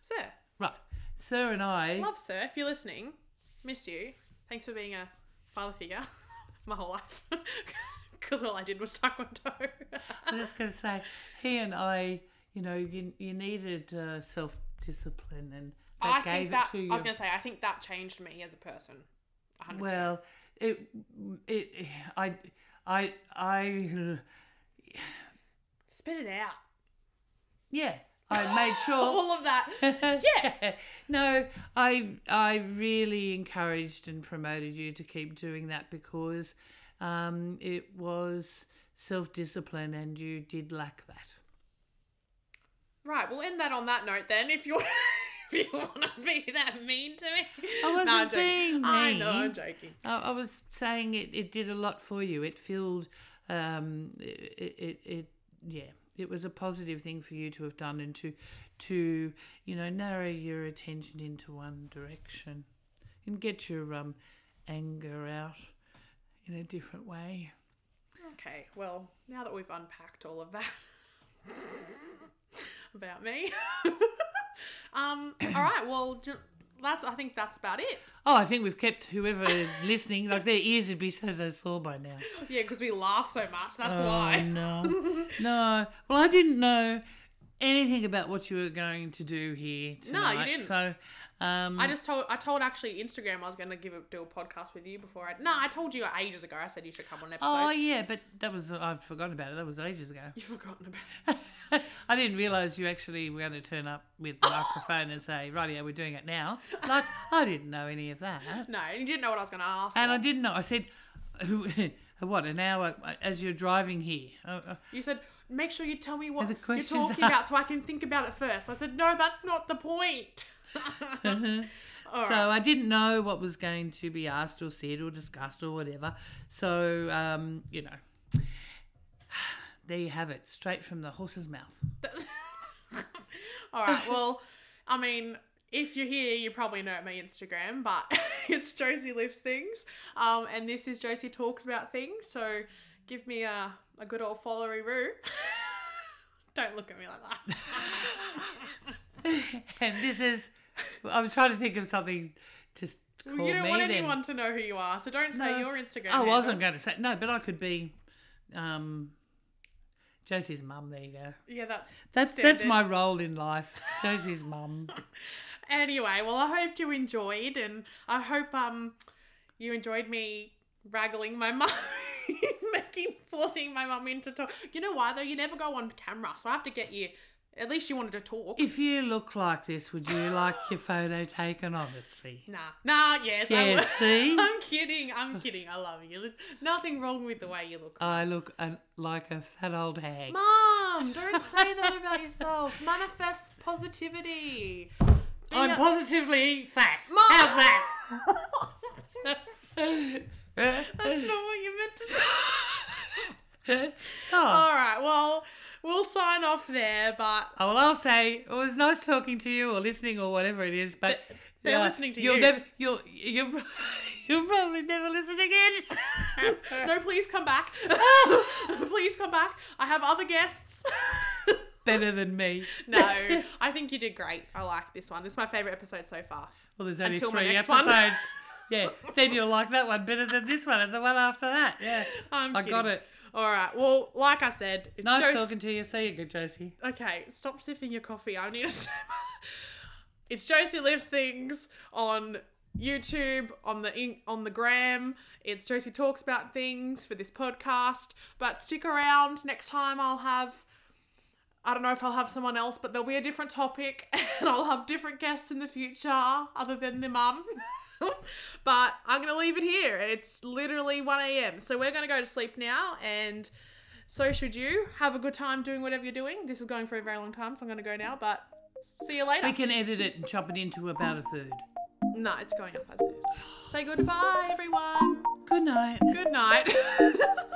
Sir, Right, Sir and I. love sir. If you're listening, miss you. Thanks for being a father figure my whole life. Because all I did was taekwondo. I was just gonna say, he and I. You know, you you needed uh, self discipline, and I that think gave that it to you. I was gonna say I think that changed me as a person. 100%. Well, it it I I I spit it out. yeah. I made sure All of that. yeah. No, I I really encouraged and promoted you to keep doing that because um, it was self discipline and you did lack that. Right, we'll end that on that note then. If you if you want to be that mean to me, I wasn't I'm joking. being I know, I'm mean. joking. I, I was saying it, it did a lot for you. It filled um, it, it it yeah. It was a positive thing for you to have done and to to you know narrow your attention into one direction and get your um, anger out in a different way. Okay, well, now that we've unpacked all of that about me, um, all right, well, ju- that's I think that's about it. Oh, I think we've kept whoever listening like their ears would be so so sore by now. Yeah, because we laugh so much, that's oh, why. no, no. Well, I didn't know anything about what you were going to do here tonight. didn't. So, um, I just told I told actually Instagram I was going to give a, do a podcast with you before I. No, I told you ages ago. I said you should come on an episode. oh yeah, but that was I've forgotten about it. That was ages ago. You've forgotten about. I didn't realise you actually were going to turn up with the microphone and say, "Right, yeah, we're doing it now." Like I didn't know any of that, No, you didn't know what I was going to ask. and for. I didn't know. I said, "Who? What? An hour as you're driving here?" Uh, uh, You said, make sure you tell me what The you're questions talking are- about so I can think about it first. I said, no, that's not the point. so I didn't know what was going to be asked or said or discussed or whatever. So um, you know, there you have it, straight from the horse's mouth. All right, well, I mean, if you're here, you probably know my Instagram, but it's Josie Lifts Things. Um, and this is Josie Talks About Things. So give me a, a good old followery roo. Don't look at me like that. And this is, I'm trying to think of something to s- call you don't me want then. anyone to know who you are, so don't say No. your Instagram. I handle. wasn't going to say no, but I could be, um, Josie's mum. There you go. Yeah, that's That's that's standard. my role in life. Josie's mum. Anyway, well, I hope you enjoyed, and I hope um you enjoyed me raggling my mum, making forcing my mum into talk. You know why though? You never go on camera, so I have to get you. At least you wanted to talk. If you look like this, would you like your photo taken? Honestly. Nah, nah, yes, I Yeah, would. see? I'm kidding, I'm kidding. I love you. There's nothing wrong with the way you look. I look an, like a fat old hag. Mom, don't say that about yourself. Manifest positivity. Be I'm a- positively fat. Mom! How's that? That's not what you meant to say. oh, All right, well, we'll sign off there, but oh, well, I'll say it was nice talking to you or listening or whatever it is, but they're uh, listening to you'll you. Never, you'll, you'll, you'll probably never listen again. no, please come back. please come back. I have other guests. Better than me. no, I think you did great. I like this one. This is my favorite episode so far. Well, there's only Until my three next one. episodes. yeah, then you'll like that one better than this one and the one after that. Yeah, I'm I got kidding. it. All right. Well, like I said, it's Nice Jos- talking to you. See you, good Josie. Okay, stop sipping your coffee. I need to. it's Josie lives things on YouTube, on the in- on the gram. It's Josie talks about things for this podcast. But stick around. Next time I'll have I don't know if I'll have someone else, but there'll be a different topic and I'll have different guests in the future other than the mum. but I'm going to leave it here. It's literally 1 a.m. So we're going to go to sleep now and so should you. Have a good time doing whatever you're doing. This is going for a very long time, so I'm going to go now, but see you later. We can edit it and chop it into about a third. No, it's going up as it is. Say goodbye, everyone. Good night. Good night.